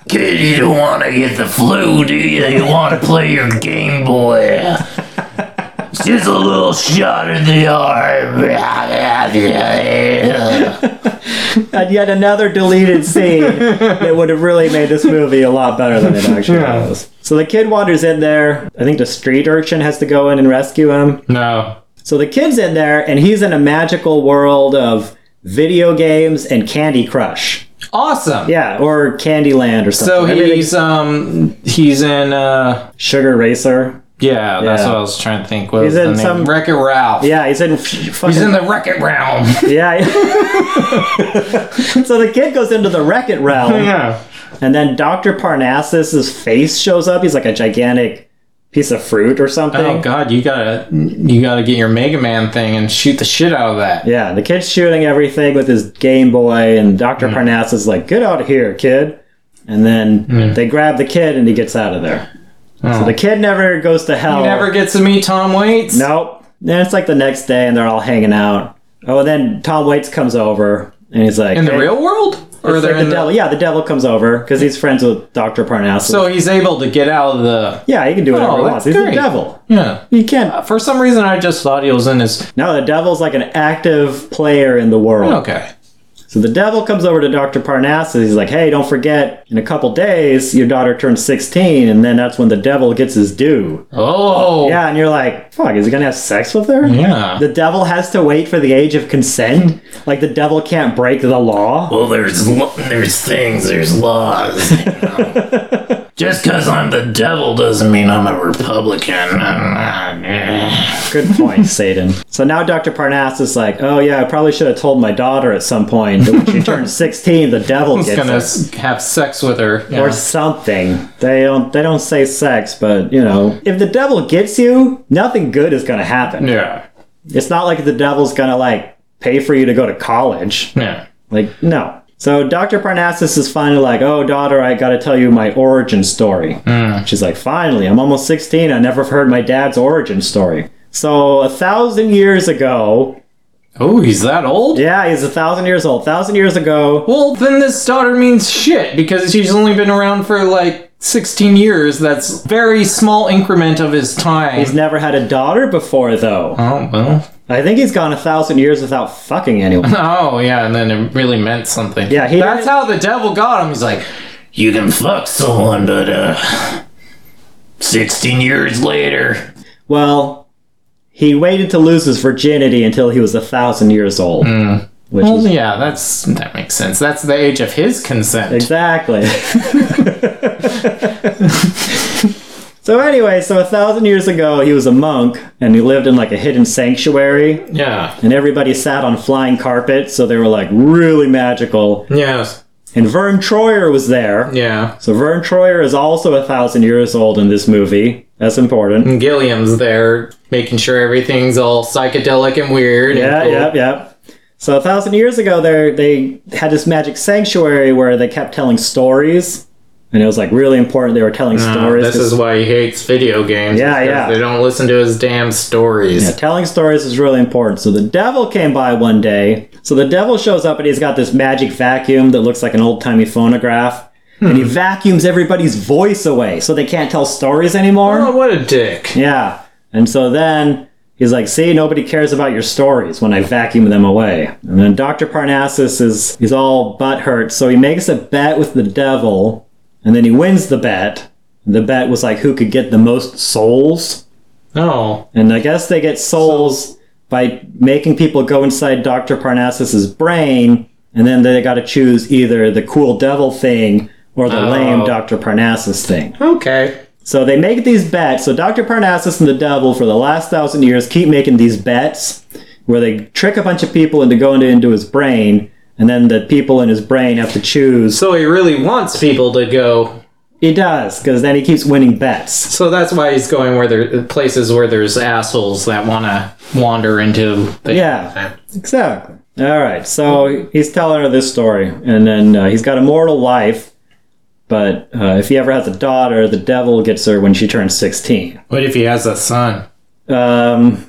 Kid, you don't want to get the flu, do you? You want to play your Game Boy. It's Just a little shot in the arm. and yet another deleted scene that would have really made this movie a lot better than it actually was. So the kid wanders in there. I think the street urchin has to go in and rescue him. No. So the kid's in there, and he's in a magical world of video games and Candy Crush. Awesome. Yeah, or Candyland or So something. Everything- he's um he's in uh Sugar Racer. yeah that's Yeah. what I was trying to think. What He's was the in name? some- Wreck It Ralph. Yeah, he's in. Fucking, He's in the Wreck It Realm. yeah. so the kid goes into the Wreck It realm. yeah. And then Dr. Parnassus's face shows up. He's like a gigantic piece of fruit or something. Oh God, you gotta you gotta get your Mega Man thing and shoot the shit out of that. Yeah, the kid's shooting everything with his Game Boy, and Dr. Mm. Parnassus is like, Get out of here, kid. And then Mm. they grab the kid, and he gets out of there. Oh. So the kid never goes to hell. You never get to meet Tom Waits. Nope. Then it's like the next day, and they're all hanging out. Oh, and then Tom Waits comes over, and he's like, In the "Hey," real world? Or It's they're like the in the- devil. Yeah, the devil comes over because he's friends with Dr. Parnassus. So he's able to get out of the yeah, he can do whatever Oh, he that's wants. He's great. Uh, the devil. Yeah. He can't. For some reason I just thought he was in his No, the devil's like an active player in the world. Oh, Okay. So the devil comes over to Dr. Parnassus. He's like, hey, don't forget, in a couple days, your daughter turns 16, and then that's when the devil gets his due. Oh Yeah, and you're like, fuck, is he gonna have sex with her? Yeah. The devil has to wait for the age of consent? Like, the devil can't break the law? Well, there's lo- there's things, there's laws. Just because I'm the devil doesn't mean I'm a Republican. Good point, Satan. So now Dr. Parnass is like, oh yeah, I probably should have told my daughter at some point that when she turns 16, the devil He's gets gonna us. s- have sex with her. Yeah. Or something. They don't. They don't say sex, but you know, if the devil gets you, nothing good is gonna happen. yeah, It's not like the devil's gonna like pay for you to go to college. yeah. Like, no. So Dr. Parnassus is finally like, oh, daughter, I gotta tell you my origin story. Hmm. She's like, finally, I'm almost 16. I never heard my dad's origin story. So a thousand years ago, Oh, he's that old? yeah, he's a thousand years old. thousand years ago, Well, then this daughter means shit because she's only been around for like 16 years. That's very small increment of his time. he's never had a daughter before, though. oh, well. I think he's gone a thousand years without fucking anyone. Oh, yeah, and then it really meant something. Yeah, he- That's how the devil got him. He's like, You can fuck someone, but uh, 16 years later, well, he waited to lose his virginity until he was a thousand years old. Which well, is yeah, that's that makes sense. That's the age of his consent. Exactly. so anyway, so a thousand years ago, he was a monk, and he lived in like a hidden sanctuary, Yeah. and everybody sat on flying carpet, so they were like really magical. Yes. And Vern Troyer was there. Yeah. So Vern Troyer is also a thousand years old in this movie. That's important. And Gilliam's there making sure everything's all psychedelic and weird. Yeah, and yep, yep. So a thousand years ago, there they had this magic sanctuary where they kept telling stories, and it was like really important. They were telling Uh, stories. this 'cause- is why he hates video games. Yeah, is 'cause yeah. They don't listen to his damn stories. Yeah, telling stories is really important. So the devil came by one day. So the devil shows up and he's got this magic vacuum that looks like an old timey phonograph. And he Hmm. vacuums everybody's voice away so they can't tell stories anymore. Oh, what a dick. Yeah. And so then he's like, see, nobody cares about your stories when I vacuum them away. And then Dr. Parnassus is he's all butthurt, so he makes a bet with the devil, and then he wins the bet. The bet was like who could get the most souls. Oh, And I guess they get souls by making people go inside Dr. Parnassus's brain, and then they got to choose either the cool devil thing or the lame Dr. Parnassus thing. okay. So they make these bets. So Dr. Parnassus and the devil, for the last thousand years, keep making these bets where they trick a bunch of people into going into his brain, and then the people in his brain have to choose. So he really wants people to go. He does, because then he keeps winning bets. So that's why he's going where there places where there's assholes that want to wander into. The, Yeah, exactly. All right, so he's telling her this story, and then uh, he's got a mortal wife, but uh, if he ever has a daughter, the devil gets her when she turns 16. What if he has a son? Um,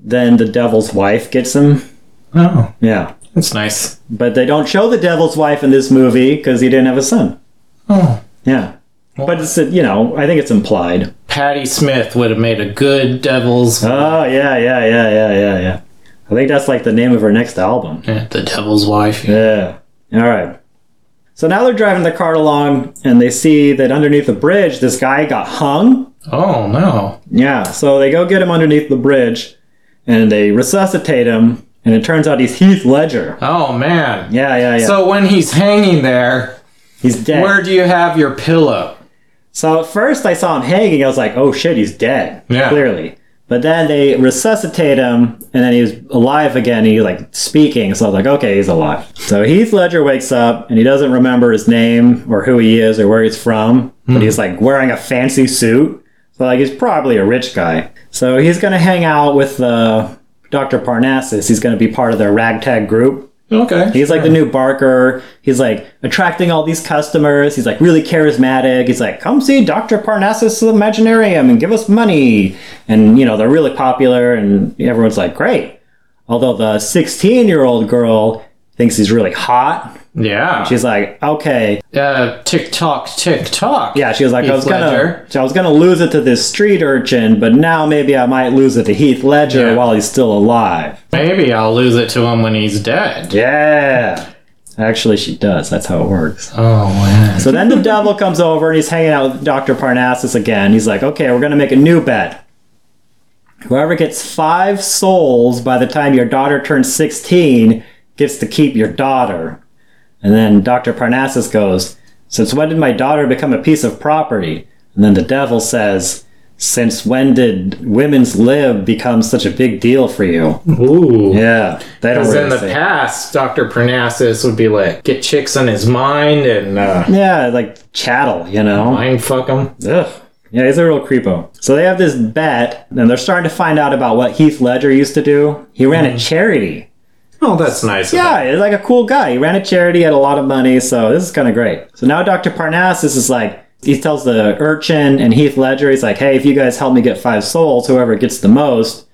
then the devil's wife gets him. Oh, Yeah. that's nice. But they don't show the devil's wife in this movie because he didn't have a son. Oh, Yeah. But it's, you know, I think it's implied. Patty Smith would have made a good devil's. Oh, yeah, yeah, yeah, yeah, yeah, yeah. I think that's like the name of her next album. Eh, the devil's wife. Yeah. All right. So now they're driving the cart along and they see that underneath the bridge, this guy got hung. Oh no. Yeah. So they go get him underneath the bridge and they resuscitate him. And it turns out he's Heath Ledger. Oh man. Yeah, yeah, yeah. So when he's hanging there, he's dead. where do you have your pillow? So at first I saw him hanging. I was like, oh shit, he's dead. Yeah. Clearly. But then they resuscitate him and then he was alive again. He like speaking. So I was like, okay, he's alive. So Heath Ledger wakes up and he doesn't remember his name or who he is or where he's from. But he's like wearing a fancy suit. So like he's probably a rich guy. So he's going to hang out with uh, Dr. Parnassus. He's going to be part of their ragtag group. Okay. He's like the new Barker. He's like attracting all these customers. He's like really charismatic. He's like, come see Dr. Parnassus Imaginarium and give us money. And, you know, they're really popular and everyone's like, great. Although the 16 year old girl thinks he's really hot. Yeah. She's like, okay. Uh, tick tock, tick tock. Yeah, she was like, I Heath was gonna Ledger. I was gonna lose it to this street urchin, but now maybe I might lose it to Heath Ledger Yeah. while he's still alive. Maybe I'll lose it to him when he's dead. Yeah. Actually she does. That's how it works. Oh man. So then the devil comes over and he's hanging out with Dr. Parnassus again. He's like, okay, we're going to make a new bet. Whoever gets five souls by the time your daughter turns 16 gets to keep your daughter. And then Dr. Parnassus goes, Since when did my daughter become a piece of property? And then the devil says, Since when did women's lib become such a big deal for you? Ooh. Yeah, they don't Because in really the say. past, Dr. Parnassus would be like, get chicks on his mind and uh, yeah, like chattel, you know? mind fuck them. Ugh. Yeah, he's a real creepo. So they have this bet, and they're starting to find out about what Heath Ledger used to do. He ran a charity. Oh, that's nice. of him. Yeah, he's like a cool guy. He ran a charity, had a lot of money, so this is kind of great. So now Dr. Parnassus is like, he tells the urchin and Heath Ledger, he's like, hey, if you guys help me get five souls, whoever gets the most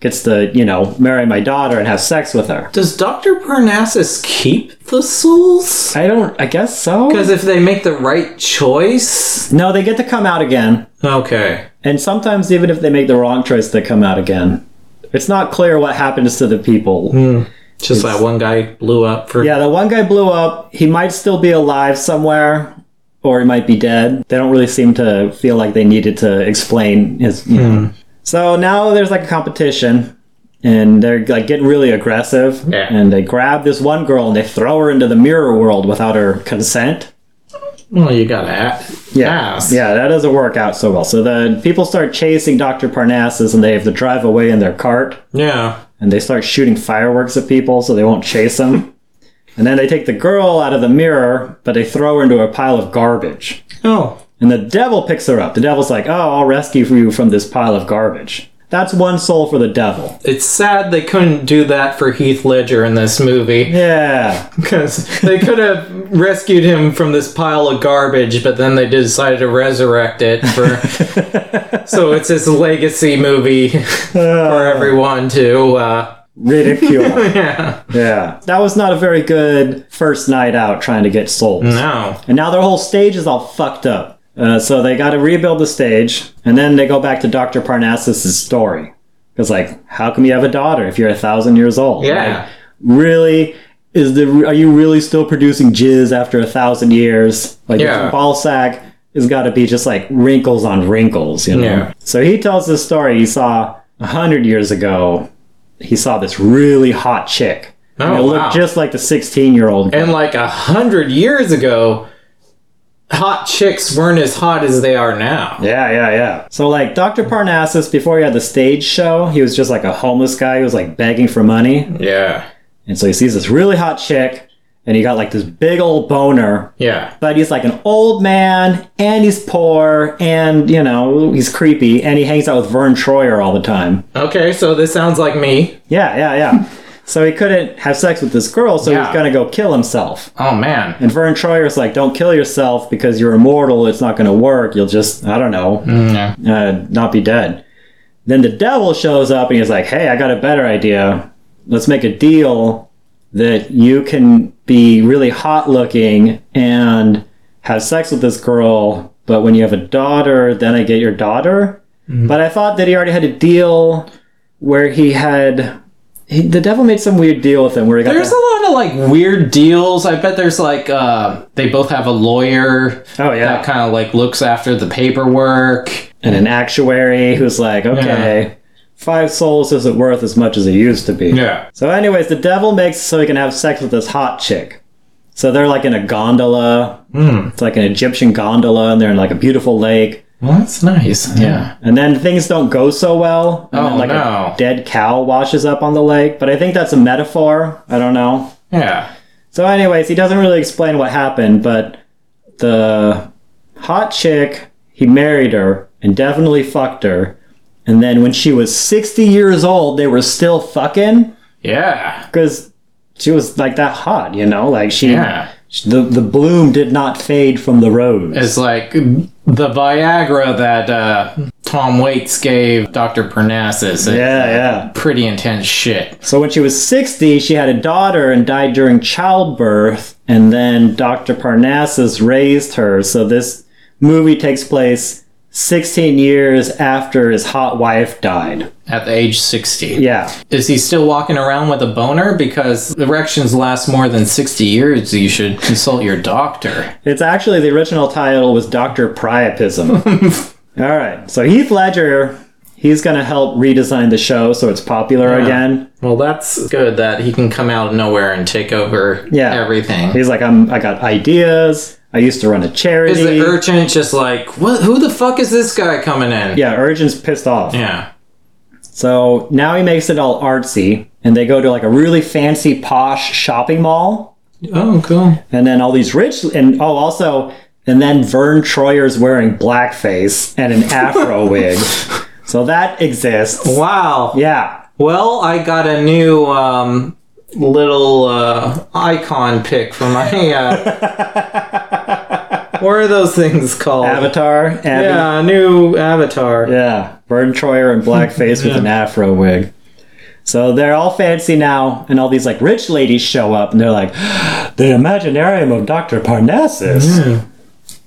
gets to, you know, marry my daughter and have sex with her. Does Dr. Parnassus keep the souls? I don't, I guess so. Because if they make the right choice. No, they get to come out again. Okay. And sometimes, even if they make the wrong choice, they come out again. It's not clear what happens to the people. Just that one guy blew up for. Yeah, the one guy blew up. He might still be alive somewhere, or he might be dead. They don't really seem to feel like they needed to explain his. You know. So now there's like a competition, and they're like getting really aggressive. Yeah. And they grab this one girl and they throw her into the mirror world without her consent. Well, you gotta act. Yeah. Yes. Yeah, that doesn't work out so well. So the people start chasing Dr. Parnassus, and they have to drive away in their cart Yeah. and they start shooting fireworks at people so they won't chase them. and then they take the girl out of the mirror, but they throw her into a pile of garbage. Oh. And the devil picks her up. The devil's like, "Oh, I'll rescue you from this pile of garbage." That's one soul for the devil. It's sad they couldn't do that for Heath Ledger in this movie Yeah, because they could have rescued him from this pile of garbage, but then they decided to resurrect it for. so it's this legacy movie for everyone to. Uh, ridicule. yeah. yeah, that was not a very good first night out trying to get souls. No. And now their whole stage is all fucked up. Uh, so they got to rebuild the stage, and then they go back to Dr. Parnassus's story. It's like, how come you have a daughter if you're a thousand years old? Yeah. Like, really? Is the are you really still producing jizz after a thousand years? Like Yeah. your ball sack has got to be just like wrinkles on wrinkles, you know. Yeah. So he tells this story he saw a hundred years ago. He saw this really hot chick. Oh, and it wow. looked just like the sixteen-year-old. And like a hundred years ago, hot chicks weren't as hot as they are now. Yeah, yeah, yeah. So like Dr. Parnassus, before he had the stage show, he was just like a homeless guy who was like begging for money. Yeah. And so he sees this really hot chick and he got like this big old boner. Yeah. But he's like an old man and he's poor and you know, he's creepy and he hangs out with Vern Troyer all the time. Okay, so this sounds like me. Yeah, yeah, yeah. so he couldn't have sex with this girl, so Yeah. he's gonna go kill himself. Oh man. And Vern Troyer's like, don't kill yourself because you're immortal. It's not going to work. You'll just, I don't know, uh, not be dead. Then the devil shows up and he's like, hey, I got a better idea. Let's make a deal that you can be really hot looking and have sex with this girl, but when you have a daughter, then I get your daughter. But I thought that he already had a deal where he had. He, the devil made some weird deal with him where he got. There's a the- lot of like weird deals. I bet there's like uh, they both have a lawyer oh, yeah. that kind of like looks after the paperwork. and an actuary who's like, okay, five souls isn't worth as much as it used to be. Yeah. So, anyways, the devil makes it so he can have sex with this hot chick. So they're like in a gondola. Hmm. It's like an Egyptian gondola, and they're in like a beautiful lake. Well, that's nice. Yeah. And then things don't go so well. And Oh, then like no. a dead cow washes up on the lake. But I think that's a metaphor. I don't know. Yeah. So, anyways, he doesn't really explain what happened, but the hot chick, he married her and definitely fucked her. And then when she was 60 years old, they were still fucking Yeah. because she was like that hot, you know? Like she, Yeah. the, the bloom did not fade from the rose. It's like the Viagra that uh, Tom Waits gave Dr. Parnassus. It's yeah, yeah. Pretty intense shit. So when she was 60, she had a daughter and died during childbirth, and then Dr. Parnassus raised her. So this movie takes place 16 years after his hot wife died. At the age 60. Yeah. Is he still walking around with a boner? Because erections last more than 60 years. You should consult your doctor. It's actually the original title was Dr. Priapism. All right. So Heath Ledger, he's going to help redesign the show so it's popular again. Well, that's good that he can come out of nowhere and take over Yeah. everything. He's like, I'm, I got ideas. I used to run a charity. Is the urchin just like, what, who the fuck is this guy coming in? yeah, Urgen's pissed off. Yeah. So now he makes it all artsy, and they go to like a really fancy, posh shopping mall, Oh, cool. and then all these rich, and oh, also, and then Vern Troyer's wearing blackface and an afro wig. So that exists. Wow. Yeah. Well, I got a new um, little uh, icon pick for my. Uh, what are those things called? Avatar, Abby. Yeah. Yeah, a new avatar. Vern Troyer in blackface with an afro wig. So they're all fancy now, and all these like rich ladies show up, and they're like, "The Imaginarium of Doctor Parnassus."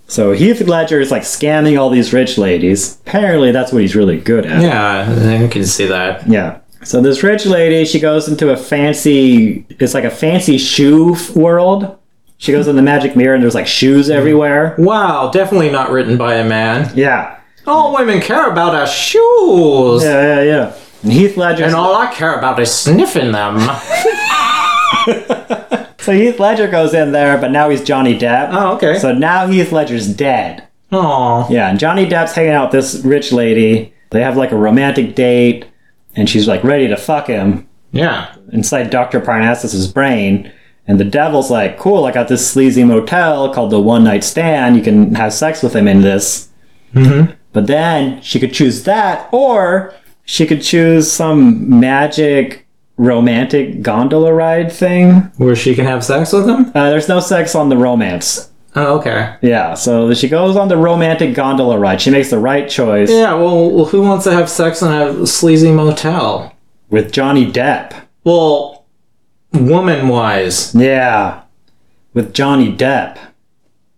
So Heath Ledger is like scamming all these rich ladies. Apparently, that's what he's really good at. Yeah, I can see that. Yeah. So this rich lady, she goes into a fancy, it's like a fancy shoe f- world. She goes in the magic mirror and there's like shoes everywhere. Wow, definitely not written by a man. Yeah. All women care about are shoes, Yeah, yeah, yeah. And Heath Ledger. and all I care about is sniffing them. so Heath Ledger goes in there, but now he's Johnny Depp. oh, okay. So now Heath Ledger's dead. Aw. Yeah, and Johnny Depp's hanging out with this rich lady. They have like a romantic date, and she's like ready to fuck him. yeah. inside Dr. Parnassus's brain. And the devil's like, cool, I got this sleazy motel called the One Night Stand. You can have sex with him in this. Mm-hmm. But then she could choose that, or she could choose some magic romantic gondola ride thing. Where she can have sex with him? Uh, there's no sex on the romance. Oh, okay. Yeah, so she goes on the romantic gondola ride. She makes the right choice Yeah, well, who wants to have sex in a sleazy motel? with Johnny Depp. Well, woman wise, Yeah, with Johnny Depp.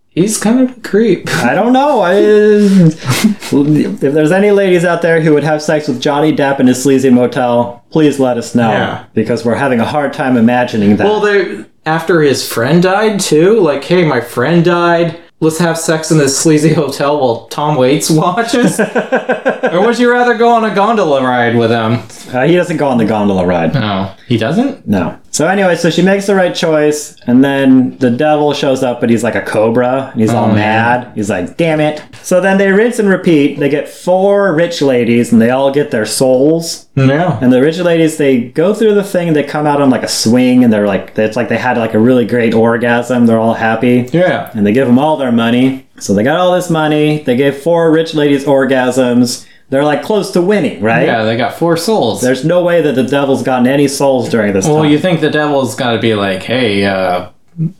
he's kind of a creep. I don't know. I, if there's any ladies out there who would have sex with Johnny Depp in his sleazy motel, please let us know Yeah. because we're having a hard time imagining that. well, they after his friend died too. Like, hey, my friend died. Let's have sex in this sleazy hotel while Tom Waits watches. or would you rather go on a gondola ride with him? Uh, he doesn't go on the gondola ride. No, he doesn't. No. So anyway, so she makes the right choice, and then the devil shows up, but he's like a cobra, and he's all man. mad. He's like, "Damn it!" So then they rinse and repeat. They get four rich ladies, and they all get their souls. Hmm. No. And the rich ladies, they go through the thing, they come out on like a swing, and they're like, it's like they had like a really great orgasm. They're all happy, Yeah. and they give them all their money. So they got all this money. They gave four rich ladies orgasms. They're like close to winning, right? Yeah, they got four souls. There's no way that the devil's gotten any souls during this well, time. you think the devil's got to be like, hey, uh,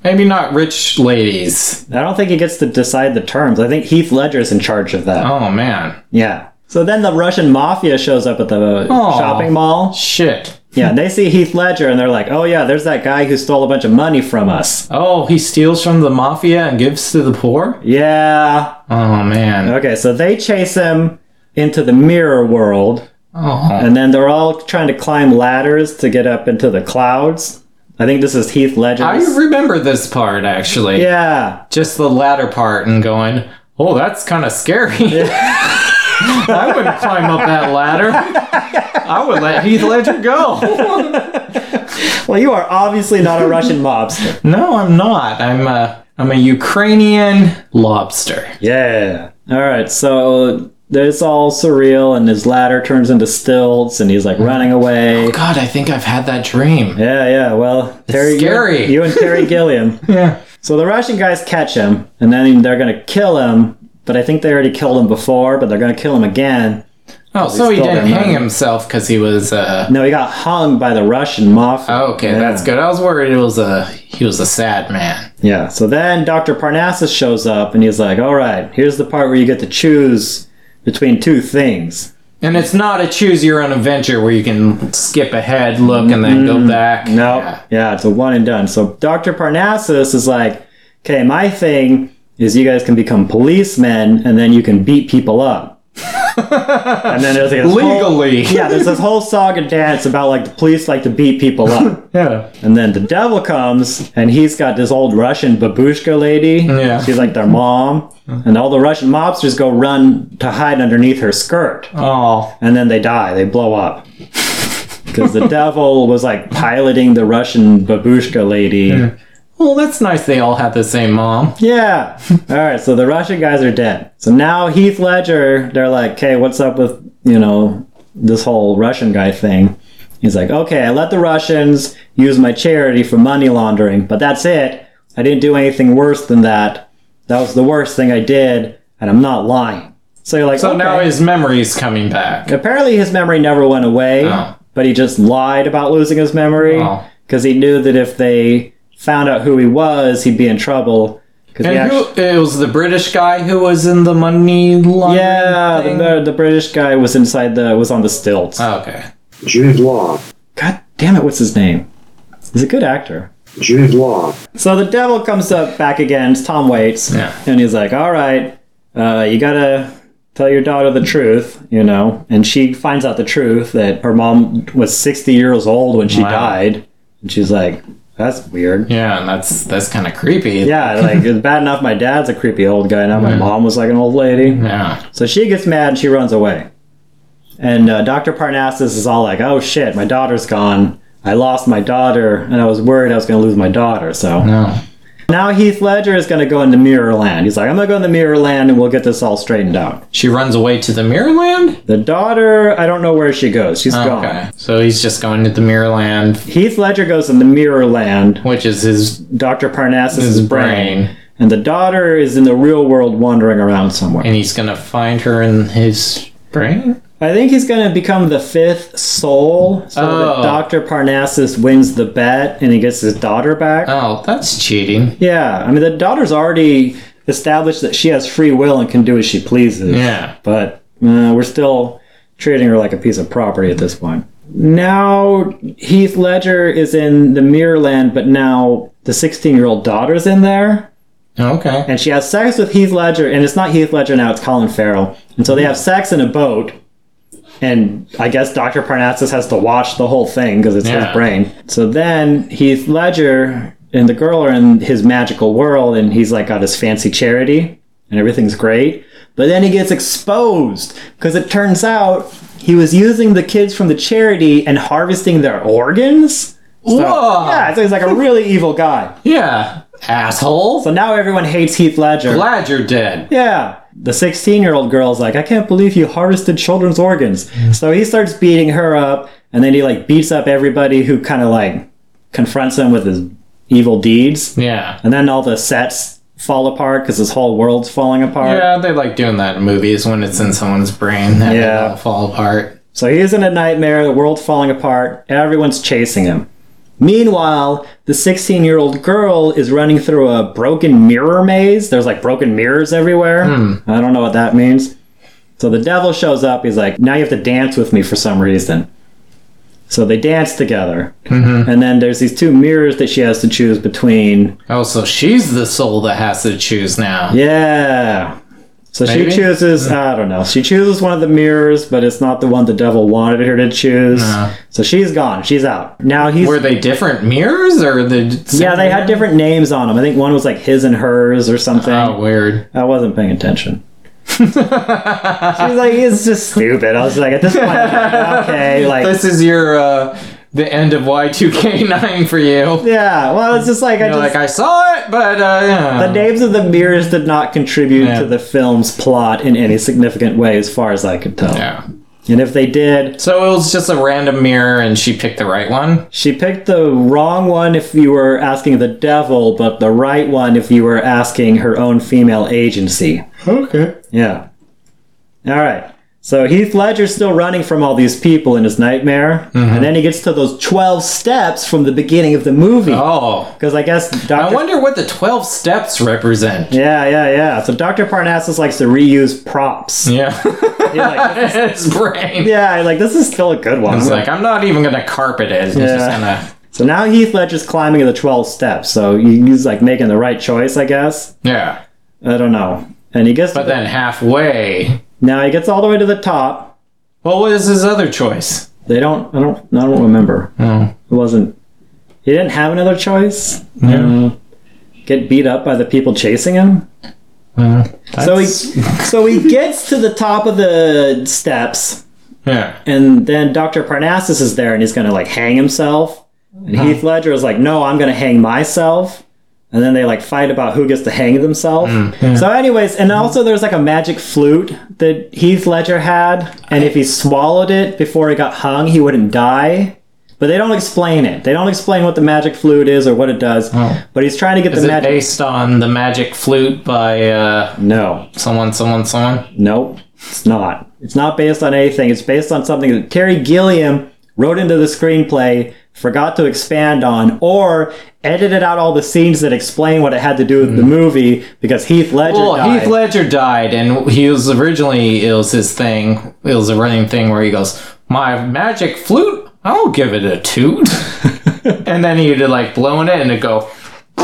maybe not rich ladies. I don't think he gets to decide the terms. I think Heath Ledger's in charge of that. Oh man, Yeah. So then the Russian mafia shows up at the Aw. shopping mall. shit. Yeah, and they see Heath Ledger and they're like, "Oh yeah, there's that guy who stole a bunch of money from us." Oh, he steals from the mafia and gives to the poor. Yeah. Oh man. Okay, so they chase him into the mirror world, Oh. and then they're all trying to climb ladders to get up into the clouds. I think this is Heath I Ledger's. remember this part actually. yeah, Just the latter part and going, oh, that's kind of scary. I wouldn't climb up that ladder. I would let Heath Ledger go. well, you are obviously not a Russian mobster. no, I'm not. I'm a I'm a Ukrainian lobster. Yeah. All right, so it's all surreal, and his ladder turns into stilts, and he's like running away. Mm-hmm. Oh, God, I think I've had that dream. Yeah, yeah. Well, Terry, scary. You, you and Terry Gilliam. Yeah. So the Russian guys catch him, and then they're gonna kill him. But I think they already killed him before, but they're gonna kill him again. Oh, so he stole their didn't hang money. himself because he was. Uh, No, he got hung by the Russian mafia. oh, okay, Yeah. that's good. I was worried it was a he was a sad man. Yeah. So then Dr. Parnassus shows up and he's like, all right, here's the part where you get to choose between two things. And it's not a choose your own adventure where you can skip ahead, look, and then go back. No. Yeah. Yeah. it's a one and done. So Dr. Parnassus is like, okay, my thing is you guys can become policemen and then you can beat people up. and then there's like this whole- Legally. yeah, there's this whole song and dance about like the police like to beat people up. Yeah. And then the devil comes, and he's got this old Russian babushka lady. Yeah. She's like their mom. And all the Russian mobsters go run to hide underneath her skirt. Oh. And then they die. They blow up. Because the devil was like piloting the Russian babushka lady Well, that's nice they all had the same mom. Yeah. All right. So the Russian guys are dead. So now Heath Ledger, they're like, "Hey, what's up with you know this whole Russian guy thing?" He's like, "Okay, I let the Russians use my charity for money laundering, but that's it. I didn't do anything worse than that. That was the worst thing I did, and I'm not lying." So you're like, So now okay. his memory's coming back. apparently his memory never went away, Oh. but he just lied about losing his memory Oh. because he knew that if they found out who he was, he'd be in trouble. 'Cause he And actually- who, it was the British guy who was in the money laundering Yeah, thing? the, the British guy was inside the was on the stilts. Okay. Jude Law. God damn it, what's his name? He's a good actor. Jude Law. So the devil comes up back again. It's Tom Waits, Yeah. and he's like, "All right, uh, you gotta tell your daughter the truth, you know." And she finds out the truth that her mom was sixty years old when she Wow. died, and she's like, "That's weird." Yeah, and that's that's kind of creepy. Yeah, like it's bad enough my dad's a creepy old guy. Now my mom was like an old lady. Yeah. So she gets mad and she runs away. And uh, Dr. Parnassus is all like, oh shit, my daughter's gone. I lost my daughter, and I was worried I was going to lose my daughter. So No. now Heath Ledger is going to go into Mirror Land. He's like, I'm going to go into Mirror Land and we'll get this all straightened out. She runs away to the Mirror Land? The daughter, I don't know where she goes. She's gone. Okay. So he's just going to the Mirror Land, Heath Ledger goes in the Mirror Land, which is his, Dr. Parnassus' his brain. brain. And the daughter is in the real world wandering around somewhere. And he's going to find her in his brain? I think he's going to become the fifth soul, so Oh. that Dr. Parnassus wins the bet and he gets his daughter back. Oh, that's cheating. yeah, I mean, the daughter's already established that she has free will and can do as she pleases. Yeah. But uh, we're still treating her like a piece of property at this point. Now, Heath Ledger is in the mirror land, but now the 16 year old daughter's in there Okay. and she has sex with Heath Ledger, and it's not Heath Ledger now; it's Colin Farrell. And so they have sex in a boat, and I guess Doctor Parnassus has to watch the whole thing because it's Yeah. his brain. So then Heath Ledger and the girl are in his magical world, and he's like got his fancy charity, and everything's great. But then he gets exposed because it turns out he was using the kids from the charity and harvesting their organs. So- Whoa! yeah, so he's like a really evil guy. Yeah. Asshole. So now everyone hates Heath Ledger. Glad you're dead. Yeah. The 16 year old girl's like, I can't believe you harvested children's organs. Mm. So he starts beating her up, and then he like beats up everybody who kind of like confronts him with his evil deeds. Yeah. And then all the sets fall apart because his whole world's falling apart. Yeah, they like doing that in movies when it's in someone's brain. That Yeah. yeah. fall apart. So he's in a nightmare, the world's falling apart, everyone's chasing him. Meanwhile, the 16 year old girl is running through a broken mirror maze. There's like broken mirrors everywhere. I don't know what that means. So the devil shows up. He's like, now you have to dance with me for some reason. So they dance together. And then there's these two mirrors that she has to choose between. Oh, so she's the soul that has to choose now. Yeah. So Maybe? she chooses, I don't know. She chooses one of the mirrors, but it's not the one the devil wanted her to choose. No. So she's gone. She's out. Now he's. Were they different mirrors or the? yeah, they had different names on them. I think one was like his and hers or something. Oh, weird. I wasn't paying attention. she's like, it's just stupid. I was like, at this point, like, okay, like. This is your uh, the end of Y two K nine for you. yeah, well, it's just like, I You're just. like I saw it, but uh, yeah. the names of the mirrors did not contribute Yeah. to the film's plot in any significant way, as far as I could tell. Yeah. And if they did, So it was just a random mirror, and she picked the right one. She picked the wrong one if you were asking the devil, but the right one if you were asking her own female agency. Okay. Yeah. All right. So Heath Ledger's still running from all these people in his nightmare, Mm-hmm. and then he gets to those 12 steps from the beginning of the movie. Oh, Because I guess Dr. I wonder what the twelve steps represent. yeah, yeah, yeah. So Dr. Parnassus likes to reuse props. He's Yeah. like, this- His brain. yeah, like this is still a good one. It's like I'm not even gonna carpet it. I'm just Yeah. gonna. so now Heath Ledger's climbing the 12 steps, so he's like making the right choice, I guess. Yeah. I don't know. And he gets But then halfway. now he gets all the way to the top. What was his other choice? They don't. I don't. I don't remember. Oh. It wasn't. He didn't have another choice. Uh, get beat up by the people chasing him. Uh, So he so he gets to the top of the steps, yeah. and then Doctor Parnassus Uh-huh. is there, and he's gonna like hang himself. And Heath Ledger is like, "No, I'm gonna hang myself." and then they like fight about who gets to hang themselves. Mm. So, anyways, and also there's like a magic flute that Heath Ledger had, and if he swallowed it before he got hung, he wouldn't die. But they don't explain it. They don't explain what the magic flute is or what it does. But he's trying to get Oh. Is the it magic. based on the magic flute by uh, no, someone, someone, someone? Nope, it's not. It's not based on anything. It's based on something that Terry Gilliam wrote into the screenplay, forgot to expand on, or edited out all the scenes that explain what it had to do with the movie because Heath Ledger Well, died. Heath Ledger died, and he was originally it was his thing. It was a running thing where he goes, "My magic flute, I'll give it a toot," and then he'd like blowing it, and it go.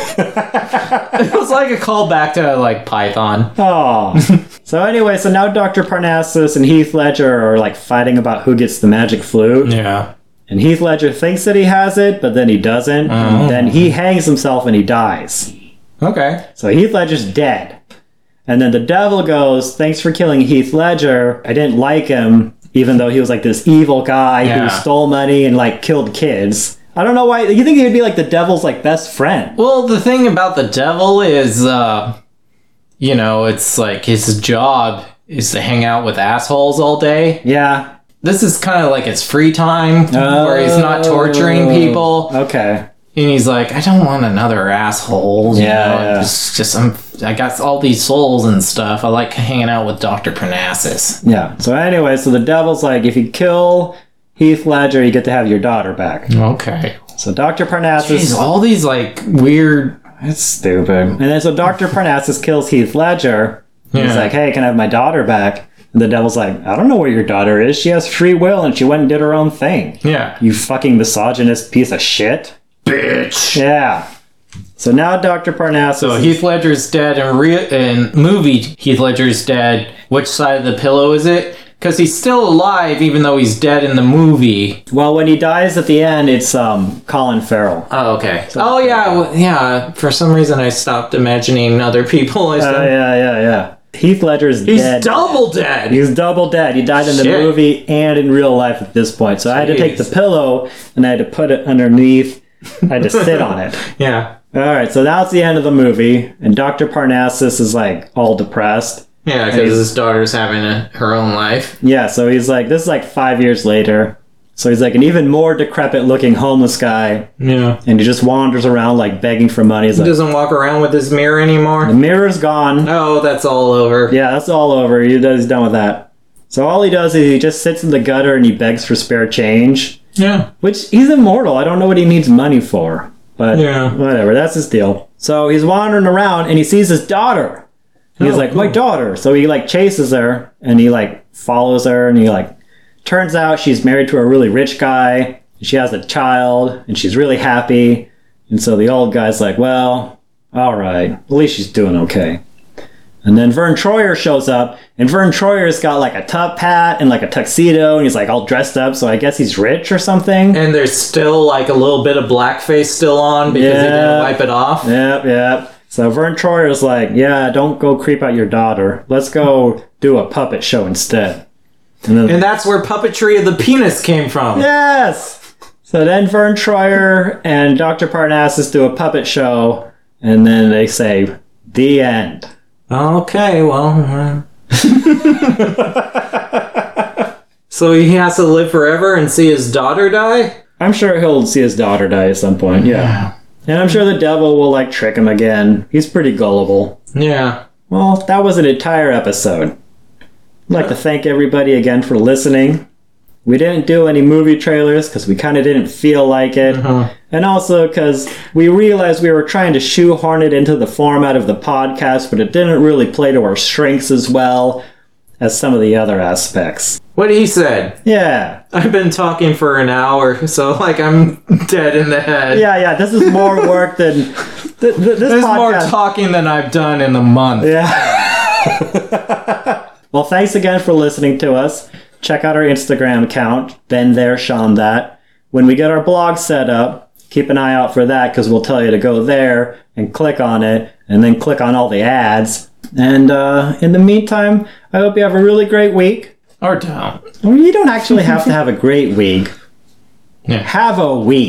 it was like a callback to like Python. Aw. so anyway, so now Dr. Parnassus and Heath Ledger are like fighting about who gets the magic flute. Yeah. And Heath Ledger thinks that he has it, but then he doesn't. And then he hangs himself and he dies. Okay. So Heath Ledger's dead. And then the devil goes, Thanks for killing Heath Ledger. I didn't like him, even though he was like this evil guy Yeah. who stole money and like killed kids. I don't know why. You think he would be like the devil's like best friend? Well, the thing about the devil is, uh, you know, it's like his job is to hang out with assholes all day. Yeah. This is kind of like his free time where he's not Oh. torturing people. Okay. And he's like, I don't want another asshole. you Yeah, know, yeah. It's just, I'm, I got all these souls and stuff. I like hanging out with Dr. Parnassus. Yeah. So anyway, so the devil's like, if you kill Heath Ledger, you get to have your daughter back. Okay. So Dr. Parnassus. Jeez, all these like weird. That's stupid. And then so Dr. Parnassus kills Heath Ledger. He's Yeah. like, hey, can I have my daughter back? And the devil's like, I don't know where your daughter is. She has free will and she went and did her own thing. Yeah. You fucking misogynist piece of shit. Bitch. Yeah. So now Dr. Parnassus. So Heath Ledger's dead, and re- and movie Heath Ledger's dead. Which side of the pillow is it? Because he's still alive, even though he's dead in the movie. well, when he dies at the end, it's um Colin Farrell. Oh, okay. oh yeah, w- yeah. For some reason, I stopped imagining other people. as Oh, them. yeah, yeah, yeah. Heath Ledger's he's dead. double dead. He's double dead. He died in the Shit. movie and in real life at this point. So I had to take the Jeez. pillow and I had to put it underneath. I had to sit on it. yeah, All right, so that's the end of the movie, and Dr. Parnassus is like all depressed. yeah. Because his daughter's having a, her own life. Yeah, so he's like, this is like five years later. So he's like an even more decrepit looking homeless guy, Yeah. and he just wanders around like begging for money. He's He like, doesn't walk around with his mirror the anymore. mirror's gone. Oh, that's all over. Yeah, that's all over. He does, he's done with that. So all he does is he just sits in the gutter and he begs for spare change, Yeah. which he's immortal. I don't know what he needs money for, but Yeah. whatever, that's his deal. So he's wandering around and he sees his daughter. And he's Oh, like, my daughter. So he like chases her and he like follows her and he like turns out she's married to a really rich guy. And she has a child and she's really happy. And so the old guy's like, well, all right, at least she's doing okay. And then Vern Troyer shows up and Vern Troyer's got like a top hat and like a tuxedo and he's like all dressed up. So I guess he's rich or something. And there's still like a little bit of blackface still on because he Yeah. didn't wipe it off. Yep, yep. So Vern Troyer's like, yeah, don't go creep out your daughter. Let's go do a puppet show instead. And then, And that's where puppetry of the penis came from. yes! So then Vern Troyer and Dr. Parnassus do a puppet show, and then they say, the end. Okay, well. uh. so he has to live forever and see his daughter die? I'm sure he'll see his daughter die at some point, yeah. And I'm sure the devil will, like, trick him again. He's pretty gullible. Yeah. Well, that was an entire episode. I'd like to thank everybody again for listening. We didn't do any movie trailers because we kind of didn't feel like it. Uh-huh. And also because we realized we were trying to shoehorn it into the format of the podcast, but it didn't really play to our strengths as well as some of the other aspects. What he said. Yeah. I've been talking for an hour, so like I'm dead in the head. Yeah, yeah. This is more work than th- th- this There's podcast. more talking than I've done in a month. Yeah. well, thanks again for listening to us. Check out our Instagram account, been there, Sean that. When we get our blog set up, keep an eye out for that because we'll tell you to go there and click on it and then click on all the ads. And uh, in the meantime, I hope you have a really great week. Or don't. Well, you don't actually have to have a great week. Yeah. Have a week.